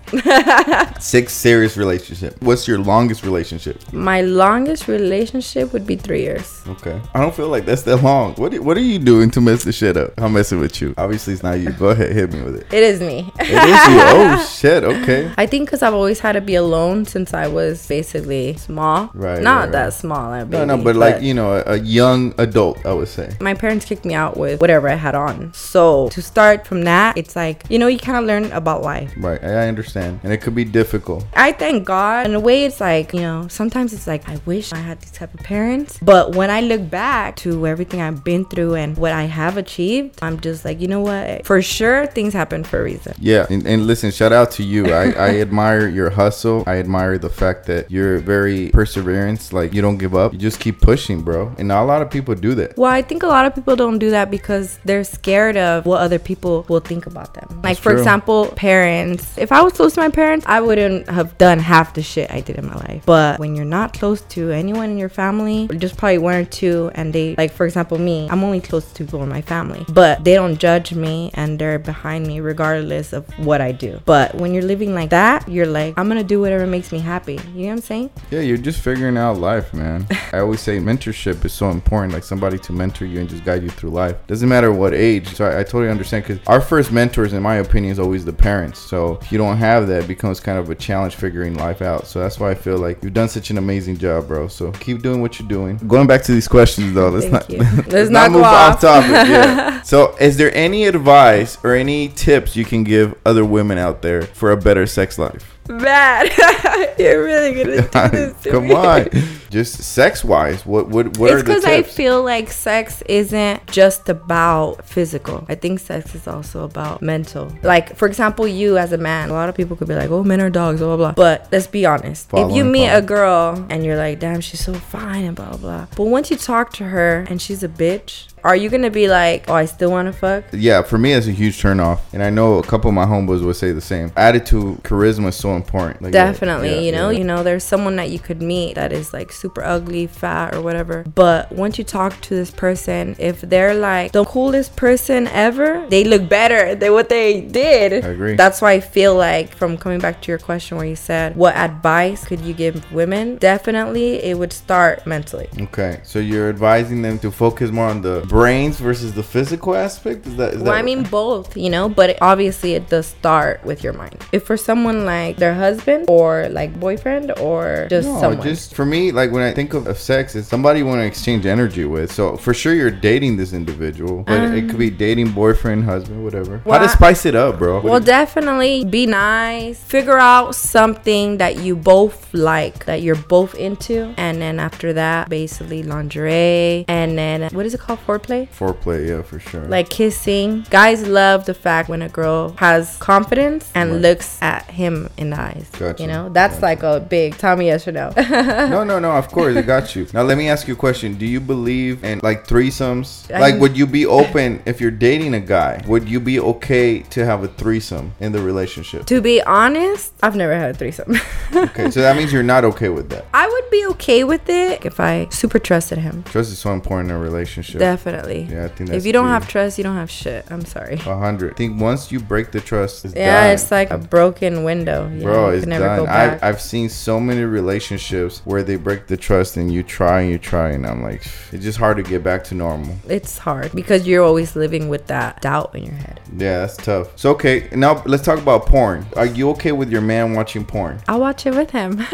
Speaker 1: Six serious relationship. What's your longest relationship?
Speaker 2: My longest relationship would be three years.
Speaker 1: Okay. I don't feel like that's that long. What do- What are you doing to mess this shit up? I'm messing with you. Obviously, it's not you. Go ahead, hit me with it.
Speaker 2: It is me.
Speaker 1: It is you. Oh shit. Okay.
Speaker 2: I think because I've always had to be alone since I was basically small.
Speaker 1: Right,
Speaker 2: Not
Speaker 1: right, right.
Speaker 2: that small. a
Speaker 1: No, no,
Speaker 2: baby,
Speaker 1: but like you know, a, a young adult, I would say.
Speaker 2: my parents kicked me out with whatever I had on. So to start from that, it's like, you know, you kind of learn about life.
Speaker 1: Right, I I understand, and it could be difficult.
Speaker 2: I thank God. In a way, it's like, you know, sometimes it's like, I wish I had these type of parents. But when I look back to everything I've been through and what I have achieved, I'm just like, you know what? For sure, things happen for a reason.
Speaker 1: Yeah, and, and listen, shout out to you. I, I admire your hustle. I admire the fact that you're very perseverance. Like you don't give up. You just keep pushing, bro. And not a lot of people do that.
Speaker 2: Well, I think a lot of people don't do that because they're scared of what other people will think about them. Like, for
Speaker 1: true.
Speaker 2: example, parents. If I was close to my parents, I wouldn't have done half the shit I did in my life. But when you're not close to anyone in your family, just probably one or two, and they, like, for example, me, I'm only close to people in my family, but they don't judge me and they're behind me regardless of what I do. But when you're living like that, you're like, I'm gonna do whatever makes me happy. You know what I'm saying?
Speaker 1: Yeah, you're just figuring out life, man. I always say mentorship is so important. Like somebody to mentor you and just guide you through life. Doesn't matter what age. So I, I totally understand because our first mentors, in my opinion, is always the parents. So if you don't have that, it becomes kind of a challenge figuring life out. So that's why I feel like you've done such an amazing job, bro. So keep doing what you're doing. Going back to these questions though, let's
Speaker 2: Thank
Speaker 1: not
Speaker 2: you. Let's not go
Speaker 1: move
Speaker 2: off.
Speaker 1: topic. Yeah. so is there any advice or any tips you can give other women out there for a better sex life?
Speaker 2: Bad. you're really gonna do this to
Speaker 1: Come
Speaker 2: me.
Speaker 1: on, just sex wise, what what what
Speaker 2: it's
Speaker 1: are the
Speaker 2: because
Speaker 1: tips?
Speaker 2: I feel like sex isn't just about physical. I think sex is also about mental. Like, for example, you as a man, a lot of people could be like, oh, men are dogs, blah, blah, blah. But let's be honest. if you
Speaker 1: Following
Speaker 2: meet
Speaker 1: thought.
Speaker 2: a girl and you're like, damn, she's so fine and blah, blah, but once you talk to her and she's a bitch, are you going to be like, oh, I still want to fuck?
Speaker 1: yeah, for me, it's a huge turnoff, and I know a couple of my homeboys would say the same. Attitude, charisma is so important. Like, yeah,
Speaker 2: Definitely,
Speaker 1: yeah,
Speaker 2: you know,
Speaker 1: yeah.
Speaker 2: you know, there's someone that you could meet that is like super ugly, fat, or whatever. But once you talk to this person, if they're like the coolest person ever, they look better than what they did.
Speaker 1: I agree.
Speaker 2: That's why I feel like, from coming back to your question where you said, what advice could you give women? Definitely, it would start mentally.
Speaker 1: Okay, so you're advising them to focus more on the brains versus the physical aspect? Is that? Is
Speaker 2: Well,
Speaker 1: that
Speaker 2: I mean both, you know, but it, obviously it does start with your mind. If for someone like their husband or like boyfriend or just
Speaker 1: No,
Speaker 2: someone,
Speaker 1: just for me, like when I think of, of sex, it's somebody you want to exchange energy with. So for sure, you're dating this individual, but it could be dating boyfriend, husband, whatever. How to
Speaker 2: Um. Well, I-
Speaker 1: spice it up, bro?
Speaker 2: well, definitely be nice. Figure out something that you both like, that you're both into, and then after that, basically lingerie, and then what is it called, foreplay?
Speaker 1: Foreplay, yeah, for sure.
Speaker 2: Like kissing. Guys love the fact when a girl has confidence and
Speaker 1: Right.
Speaker 2: looks at him in the eyes.
Speaker 1: Gotcha.
Speaker 2: You know, that's like a big tell me yes or no.
Speaker 1: no, no, no. Of course, I got you. Now let me ask you a question. Do you believe in like threesomes?
Speaker 2: I-
Speaker 1: Like, would you be open if you're dating a guy? Would you be okay to have a threesome in the relationship?
Speaker 2: To be honest, I've never had a threesome.
Speaker 1: Okay, so that means you're not okay with that.
Speaker 2: I would be okay with it if I super trusted him.
Speaker 1: Trust is so important in a relationship.
Speaker 2: Definitely.
Speaker 1: Yeah, I think that's
Speaker 2: if you don't
Speaker 1: key.
Speaker 2: have trust, you don't have shit. I'm sorry.
Speaker 1: A hundred. I think once you break the trust, it's
Speaker 2: Yeah,
Speaker 1: done.
Speaker 2: it's like a broken window. You know,
Speaker 1: Bro,
Speaker 2: you
Speaker 1: it's
Speaker 2: can never
Speaker 1: done.
Speaker 2: go back.
Speaker 1: I, I've seen so many relationships where they break the trust and you try and you try, and I'm like, it's just hard to get back to normal.
Speaker 2: it's hard because you're always living with that doubt in your head.
Speaker 1: Yeah, that's tough. So, okay, now let's talk about porn. Are you okay with your man watching porn?
Speaker 2: I'll watch it with him.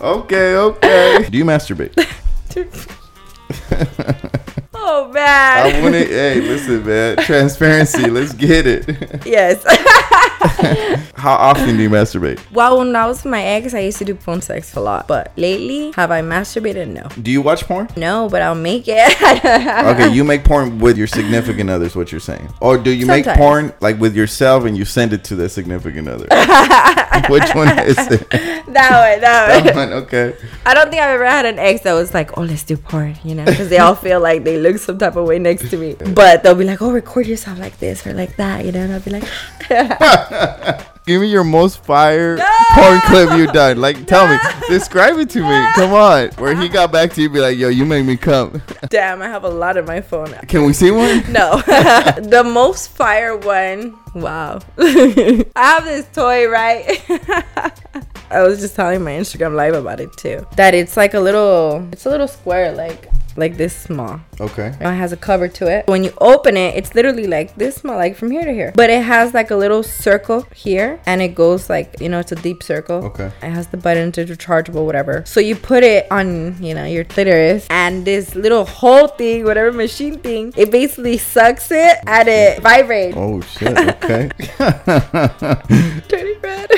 Speaker 1: Okay, okay. Do you masturbate?
Speaker 2: oh
Speaker 1: I
Speaker 2: man.
Speaker 1: want to, hey, listen, man. Transparency, let's get it.
Speaker 2: yes.
Speaker 1: How often do you masturbate?
Speaker 2: well, when I was with my ex, I used to do phone sex a lot, but lately, have I masturbated? No.
Speaker 1: Do you watch porn?
Speaker 2: No, but I'll make it.
Speaker 1: Okay, you make porn with your significant other, is what you're saying. Or do you make
Speaker 2: Sometimes.
Speaker 1: porn like with yourself and you send it to the significant other? Which one is it?
Speaker 2: that one. That one.
Speaker 1: That one, okay.
Speaker 2: I don't think I've ever had an ex that was like, "Oh, let's do porn," you know, because they all feel like they look some type of way next to me. But they'll be like, "Oh, record yourself like this or like that," you know, and I'll be like,
Speaker 1: Give me your most fire porn clip you done. Like, tell me, describe it to me. Come on. Where he got back to you, be like, yo, you make me come.
Speaker 2: "Damn, I have a lot on my phone."
Speaker 1: Can we see one?
Speaker 2: No, the most fire one. Wow, I have this toy, right? I was just telling my Instagram live about it too. That it's like a little, it's a little square, like like this small.
Speaker 1: Okay.
Speaker 2: It has a cover to it. When you open it, it's literally like this small, like from here to here. But it has like a little circle here, and it goes like you know, it's a deep circle.
Speaker 1: Okay.
Speaker 2: It has the button to rechargeable, whatever. So you put it on, you know, your clitoris, and this little whole thing, whatever machine thing, it basically sucks it and it vibrates.
Speaker 1: Oh, shit. Okay.
Speaker 2: Turning red.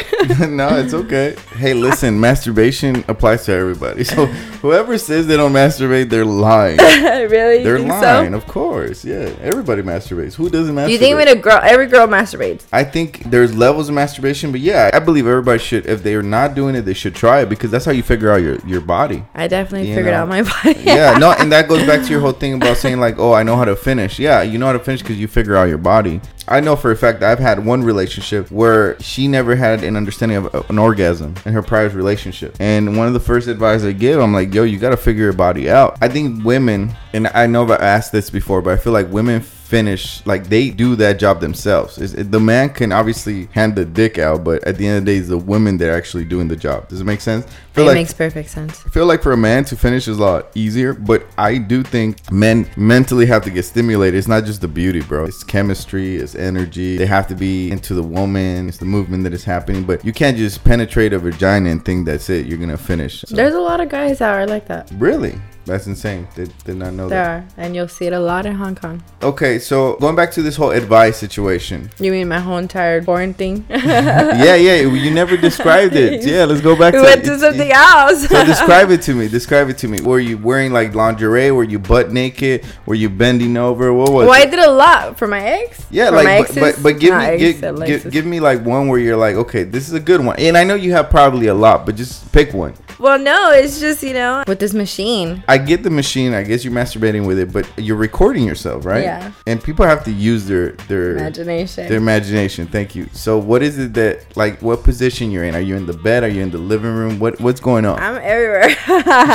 Speaker 1: no, it's okay. Hey, listen, masturbation applies to everybody. So whoever says they don't masturbate, they're lying.
Speaker 2: really? You
Speaker 1: They're
Speaker 2: think
Speaker 1: lying,
Speaker 2: so?
Speaker 1: of course. Yeah, everybody masturbates. Who doesn't masturbate?
Speaker 2: Do you think when a girl, every girl masturbates?
Speaker 1: I think there's levels of masturbation, but yeah, I believe everybody should. If they're not doing it, they should try it because that's how you figure out your your body.
Speaker 2: I definitely
Speaker 1: You
Speaker 2: figured
Speaker 1: know.
Speaker 2: out my body.
Speaker 1: Yeah, no, and that goes back to your whole thing about saying like, oh, I know how to finish. Yeah, you know how to finish because you figure out your body. I know for a fact that I've had one relationship where she never had an understanding of uh, an orgasm in her prior relationship, and one of the first advice I give, I'm like, yo, you got to figure your body out. I think women, and I know I've asked this before, but I feel like women finish like they do that job themselves It's- it- the man can obviously hand the dick out but at the end of the day it's the women that are actually doing the job does it make sense I feel
Speaker 2: It
Speaker 1: like-
Speaker 2: makes perfect sense.
Speaker 1: I feel like for a man to finish is a lot easier, but I do think men mentally have to get stimulated. It's not just the beauty, bro. It's chemistry, it's energy. They have to be into the woman, it's the movement that is happening, but you can't just penetrate a vagina and think that's it, you're gonna finish. So-
Speaker 2: There's a lot of guys that are like that.
Speaker 1: really? That's insane. They did not know
Speaker 2: There
Speaker 1: that.
Speaker 2: are, and you'll see it a lot in Hong Kong.
Speaker 1: Okay, so going back to this whole advice situation.
Speaker 2: You mean my whole entire porn thing?
Speaker 1: yeah, yeah, you never described it. Yeah, let's go back
Speaker 2: we
Speaker 1: to
Speaker 2: went
Speaker 1: it.
Speaker 2: to
Speaker 1: It's-
Speaker 2: something else.
Speaker 1: So describe it to me. Describe it to me. Were you wearing like lingerie? Were you butt naked? Were you bending over? What was?
Speaker 2: well, I
Speaker 1: it?
Speaker 2: did a lot for my ex.
Speaker 1: Yeah,
Speaker 2: for my
Speaker 1: like but,
Speaker 2: exes.
Speaker 1: but but give
Speaker 2: Not
Speaker 1: me
Speaker 2: ex,
Speaker 1: give,
Speaker 2: uh,
Speaker 1: give,
Speaker 2: exes.
Speaker 1: give me like one where you're like okay this is a good one and I know you have probably a lot but just pick one.
Speaker 2: Well, no, it's just you know with this machine.
Speaker 1: I get the machine. I guess you're masturbating with it, but you're recording yourself, right?
Speaker 2: Yeah.
Speaker 1: And people have to use their their
Speaker 2: Imagination.
Speaker 1: their imagination. Thank you. So what is it that like what position you're in? Are you in the bed? Are you in the living room? What what's going on?
Speaker 2: I'm everywhere.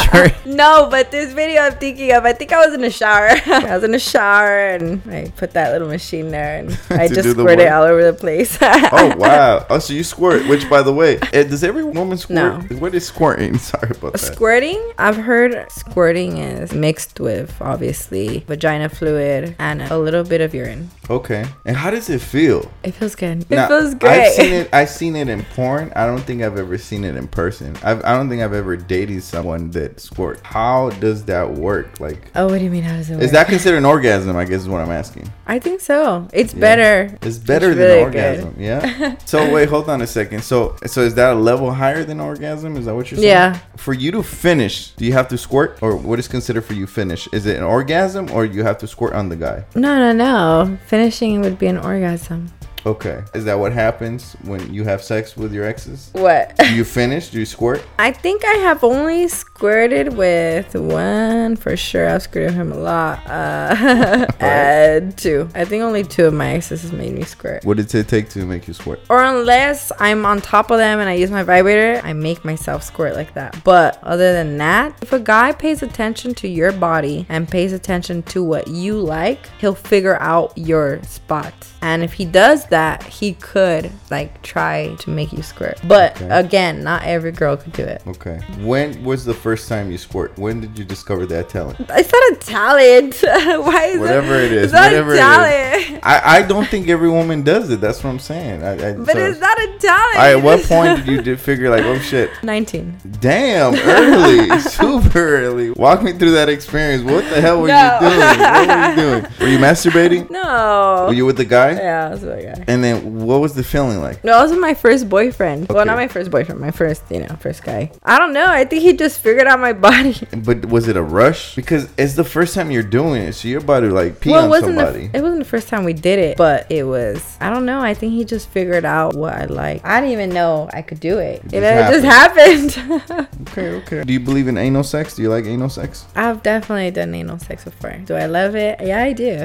Speaker 1: Sure.
Speaker 2: No, but this video I'm thinking of, I think I was in the shower. I was in the shower and I put that little machine there and I
Speaker 1: To
Speaker 2: just
Speaker 1: do the
Speaker 2: squirted
Speaker 1: work.
Speaker 2: all over the place.
Speaker 1: Oh wow! Oh, so you squirt? Which, by the way, eh, does every woman squirt?
Speaker 2: No.
Speaker 1: What is squirting? Sorry about that.
Speaker 2: Squirting, I've heard squirting is mixed with obviously vagina fluid and a little bit of urine.
Speaker 1: Okay. And how does it feel?
Speaker 2: It feels good. It
Speaker 1: Now,
Speaker 2: feels
Speaker 1: I've seen
Speaker 2: great.
Speaker 1: it. I've seen it in porn. I don't think I've ever seen it in person. I've, I don't think I've ever dated someone that squirt. How does that work? Like,
Speaker 2: Oh, what do you mean? How does it work?
Speaker 1: is that considered an orgasm? I guess is what I'm asking.
Speaker 2: I think so. It's
Speaker 1: Yeah.
Speaker 2: better.
Speaker 1: It's better
Speaker 2: It's
Speaker 1: than
Speaker 2: really
Speaker 1: orgasm. Yeah. So wait, hold on a second. So so is that a level higher than orgasm? Is that what you're saying?
Speaker 2: Yeah.
Speaker 1: For you to finish, do you have to squirt, or what is considered for you finish? Is it an orgasm, or you have to squirt on the guy?
Speaker 2: No, no, no. Finishing would be an orgasm.
Speaker 1: Okay. Is that what happens when you have sex with your exes?
Speaker 2: What?
Speaker 1: Do you finish? Do you squirt?
Speaker 2: I think I have only squirted with one for sure. I've squirted him a lot. Uh, and two. I think only two of my exes has made me squirt.
Speaker 1: What does it take to make you squirt?
Speaker 2: Or unless I'm on top of them and I use my vibrator, I make myself squirt like that. But other than that, if a guy pays attention to your body and pays attention to what you like, he'll figure out your spots. And if he does that, he could like try to make you squirt. But
Speaker 1: Okay.
Speaker 2: again, not every girl could do it.
Speaker 1: Okay. When was the first time you squirt? When did you discover that talent?
Speaker 2: It's not a talent. Why is
Speaker 1: Whatever
Speaker 2: it?
Speaker 1: it is,
Speaker 2: It's not
Speaker 1: whatever it is.
Speaker 2: a talent.
Speaker 1: I, I don't think every woman does it. That's what I'm saying. I, I,
Speaker 2: But
Speaker 1: so-
Speaker 2: it's not a talent.
Speaker 1: All right, at what point did you did figure like, oh shit,
Speaker 2: 19.
Speaker 1: damn, early, super early. Walk me through that experience. What the hell were
Speaker 2: No.
Speaker 1: you doing? What were you doing? Were you masturbating?
Speaker 2: No.
Speaker 1: Were you with the guy?
Speaker 2: yeah, that's what I got.
Speaker 1: And then what was the feeling like?
Speaker 2: No, that was my first boyfriend. Well,
Speaker 1: Okay.
Speaker 2: not my first boyfriend, my first, you know, first guy. I don't know. I think he just figured out my body.
Speaker 1: But was it a rush? Because it's the first time you're doing it, so you're about to like pee
Speaker 2: well, it
Speaker 1: on
Speaker 2: wasn't the,
Speaker 1: somebody.
Speaker 2: f- it wasn't the first time we did it, but it was. I don't know. I think he just figured out what I like. I didn't even know I could do it. you know, it just happened.
Speaker 1: okay, okay. Do you believe in anal sex? Do you like anal sex?
Speaker 2: I've definitely done anal sex before. Do I love it? Yeah, I do.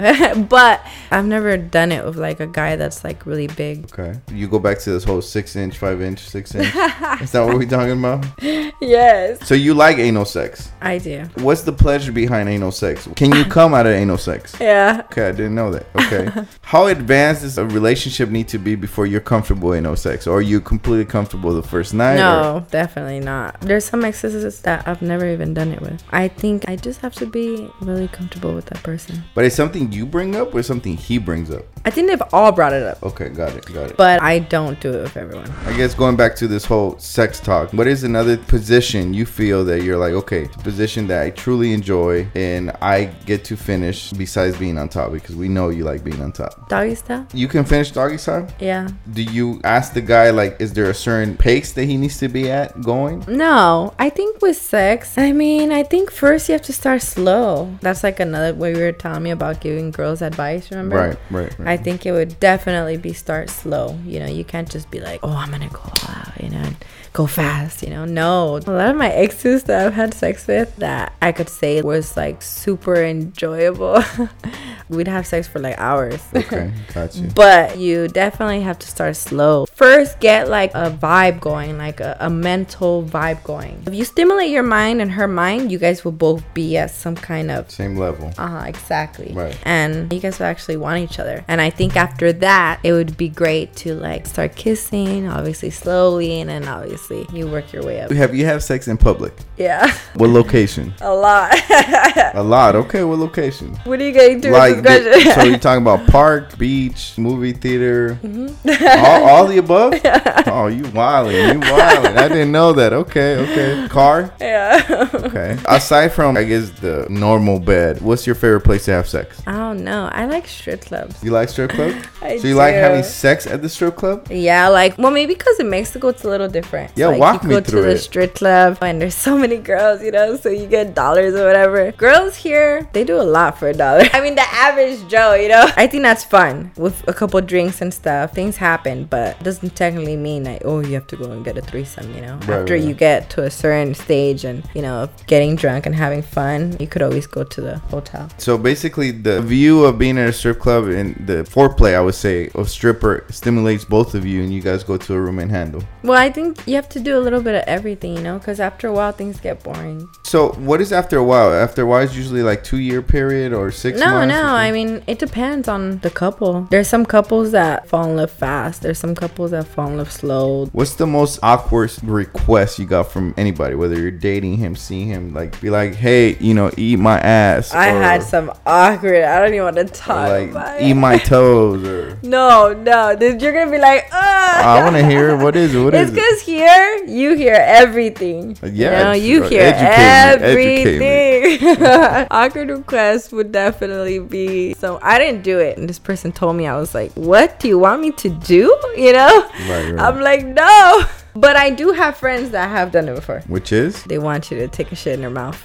Speaker 2: but I've never done it with like a guy that's like really big.
Speaker 1: Okay. You go back to this whole six inch, five inch, six inch. Is that what we're talking about?
Speaker 2: Yes,
Speaker 1: So you like anal sex?
Speaker 2: I do.
Speaker 1: What's the pleasure behind anal sex? Can you come out of anal sex?
Speaker 2: Yeah.
Speaker 1: Okay, I didn't know that. Okay. How advanced does a relationship need to be before you're comfortable in no sex? Or are you completely comfortable the first night? or-
Speaker 2: No, definitely not. There's some exes that I've never even done it with. I think I just have to be really comfortable with that person.
Speaker 1: but it's something you bring up or something he brings up?
Speaker 2: I think they've all brought it up,
Speaker 1: Okay, got it, got it.
Speaker 2: but I don't do it with everyone.
Speaker 1: I guess going back to this whole sex talk, what is another position you feel that you're like, okay, it's a position that I truly enjoy and I get to finish besides being on top because we know you like being on top.
Speaker 2: Doggy style?
Speaker 1: You can finish doggy style?
Speaker 2: Yeah.
Speaker 1: Do you ask the guy like is there a certain pace that he needs to be at going?
Speaker 2: No, I think with sex, I mean, I think first you have to start slow. That's like another way we were telling me about giving girls advice, remember?
Speaker 1: Right, right, right.
Speaker 2: I think it would definitely be start slow. You know, you can't just be like, oh, I'm gonna go all out, you know, and go fast, you know. No, a lot of my exes that I've had sex with that I could say was like super enjoyable. We'd have sex for like hours.
Speaker 1: Okay, got you.
Speaker 2: But you definitely have to start slow. First, get like a vibe going, like a, a mental vibe going. If you stimulate your mind and her mind, you guys will both be at some kind of
Speaker 1: Same level.
Speaker 2: uh huh, exactly.
Speaker 1: Right.
Speaker 2: And you guys would actually want each other. And I think after that, it would be great to like start kissing, obviously slowly, and then obviously you work your way up.
Speaker 1: Have you have sex in public?
Speaker 2: Yeah,
Speaker 1: What location?
Speaker 2: a lot.
Speaker 1: A lot. Okay, what location?
Speaker 2: what are you gonna do
Speaker 1: Like,
Speaker 2: with this
Speaker 1: the-
Speaker 2: question?
Speaker 1: so you're talking about park, beach, movie theater,
Speaker 2: Mm-hmm.
Speaker 1: all, all the above? Oh, you wildin', you wildin'. I didn't know that. Okay, okay. Car?
Speaker 2: yeah.
Speaker 1: Okay. Aside from, I guess, the normal bed, what's your favorite place to have sex?
Speaker 2: I don't know. I like strip clubs.
Speaker 1: You like strip club?
Speaker 2: I
Speaker 1: so you like
Speaker 2: do.
Speaker 1: having sex at the strip club?
Speaker 2: Yeah, like well, maybe because in Mexico it's a little different.
Speaker 1: Yeah,
Speaker 2: like,
Speaker 1: walk
Speaker 2: you
Speaker 1: me
Speaker 2: go
Speaker 1: through
Speaker 2: to the
Speaker 1: it.
Speaker 2: strip club and there's so many girls, you know, so you get dollars or whatever. Girls here, they do a lot for a dollar. I mean, the average Joe, you know. I think that's fun with a couple drinks and stuff. Things happen, but it doesn't technically mean like oh you have to go and get a threesome, you know.
Speaker 1: Right,
Speaker 2: After
Speaker 1: right,
Speaker 2: you
Speaker 1: right.
Speaker 2: get to a certain stage and you know getting drunk and having fun, you could always go to the hotel.
Speaker 1: So basically, the view of being at a strip club and the foreplay, I would say, of stripper stimulates both of you, and you guys go to a room and handle.
Speaker 2: Well, I think you have to do a little bit of everything, you know, because after a while things get boring.
Speaker 1: So what is after a while? After a while is usually like two year period or six
Speaker 2: No,
Speaker 1: months.
Speaker 2: no.
Speaker 1: or
Speaker 2: I mean, it depends on the couple. There's some couples that fall in love fast. There's some couples that fall in love slow.
Speaker 1: What's the most awkward request you got from anybody? Whether you're dating him, seeing him, like be like, "Hey, you know, eat my ass."
Speaker 2: I
Speaker 1: or,
Speaker 2: had some awkward. I don't even want to
Speaker 1: or,
Speaker 2: talk about
Speaker 1: like
Speaker 2: it.
Speaker 1: eat my toes, or
Speaker 2: no, no, dude, you're gonna be like, ah.
Speaker 1: I want to hear what is it? What
Speaker 2: It's
Speaker 1: is it?
Speaker 2: because here you hear everything.
Speaker 1: Yeah,
Speaker 2: you, know,
Speaker 1: it's-
Speaker 2: you
Speaker 1: uh,
Speaker 2: hear
Speaker 1: educate me,
Speaker 2: everything. Awkward request would definitely be. So I didn't do it, and this person told me I was like, "What do you want me to do?" You know,
Speaker 1: Right, right.
Speaker 2: I'm like, "No," but I do have friends that have done it before.
Speaker 1: Which is
Speaker 2: They want you to take a shit in their mouth.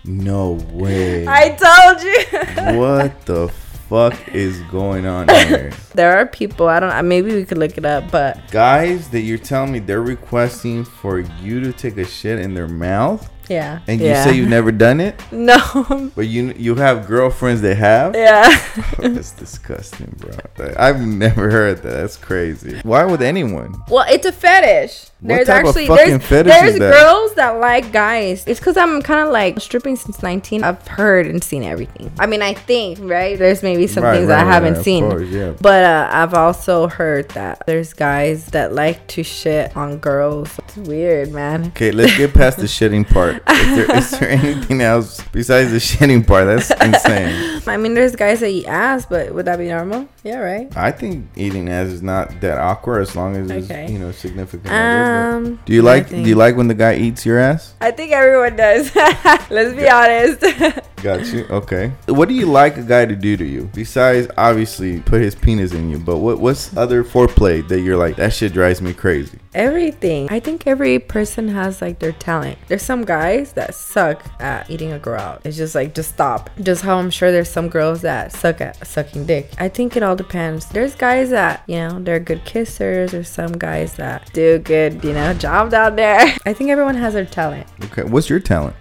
Speaker 1: no way.
Speaker 2: I told you.
Speaker 1: what the fuck is going on here?
Speaker 2: there are people. I don't. Maybe we could look it up, but
Speaker 1: Guys that you're telling me they're requesting for you to take a shit in their mouth,
Speaker 2: yeah.
Speaker 1: and
Speaker 2: yeah.
Speaker 1: you say you've never done it,
Speaker 2: no.
Speaker 1: but you you have girlfriends that have.
Speaker 2: yeah.
Speaker 1: That's disgusting, bro. Like, I've never heard that. That's crazy. Why would anyone?
Speaker 2: Well, it's a fetish.
Speaker 1: What
Speaker 2: There's
Speaker 1: type of
Speaker 2: actually
Speaker 1: fucking
Speaker 2: there's,
Speaker 1: fetish
Speaker 2: there's
Speaker 1: is that?
Speaker 2: girls that like guys. It's because I'm kind of like stripping since 19. I've heard and seen everything. I mean, I think right. There's maybe some
Speaker 1: Right,
Speaker 2: things
Speaker 1: right,
Speaker 2: I
Speaker 1: right,
Speaker 2: haven't
Speaker 1: of
Speaker 2: seen,
Speaker 1: course, yeah.
Speaker 2: but uh, I've also heard that there's guys that like to shit on girls. It's weird, man.
Speaker 1: Okay, let's get past the shitting part. Is there, is there anything else besides the shitting part? That's insane.
Speaker 2: I mean, there's guys that eat ass, but would that be normal? Yeah, right.
Speaker 1: I think eating ass is not that awkward as long as
Speaker 2: Okay.
Speaker 1: it's you know significant. other,
Speaker 2: Um,
Speaker 1: but- do you like
Speaker 2: nothing.
Speaker 1: do you like when the guy eats your ass?
Speaker 2: I think everyone does. Let's be honest.
Speaker 1: Got you. Okay. What do you like a guy to do to you besides obviously put his penis in you? But what what's other foreplay that you're like that shit drives me crazy?
Speaker 2: Everything. I think every person has like their talent. There's some guys that suck at eating a girl out. It's just like just stop. Just how I'm sure there's some girls that suck at sucking dick. I think it all depends. There's guys that you know they're good kissers. There's some guys that do good you know job down there. I think everyone has their talent.
Speaker 1: Okay. What's your talent?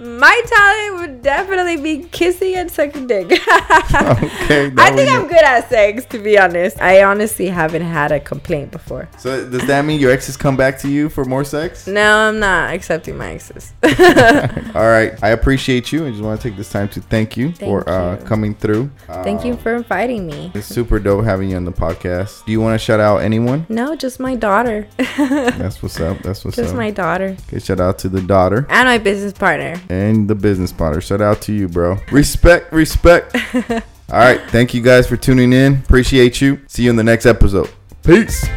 Speaker 2: My talent would definitely be kissing and sucking dick.
Speaker 1: okay.
Speaker 2: I
Speaker 1: now we
Speaker 2: think
Speaker 1: know.
Speaker 2: I'm good at sex, to be honest. I honestly haven't had a complaint before.
Speaker 1: So does that mean your exes come back to you for more sex?
Speaker 2: No, I'm not accepting my exes.
Speaker 1: All right, I appreciate you, and just want to take this time to thank you for Uh,
Speaker 2: you.
Speaker 1: coming through. Uh,
Speaker 2: Thank you for inviting me.
Speaker 1: It's super dope having you on the podcast. Do you want to shout out anyone?
Speaker 2: No, just my daughter.
Speaker 1: That's what's up. That's what's
Speaker 2: just
Speaker 1: up.
Speaker 2: my daughter.
Speaker 1: okay, shout out to the daughter
Speaker 2: And my business partner.
Speaker 1: and the business partner. Shout out to you, bro. Respect, respect. All right, thank you guys for tuning in. Appreciate you. See you in the next episode. Peace.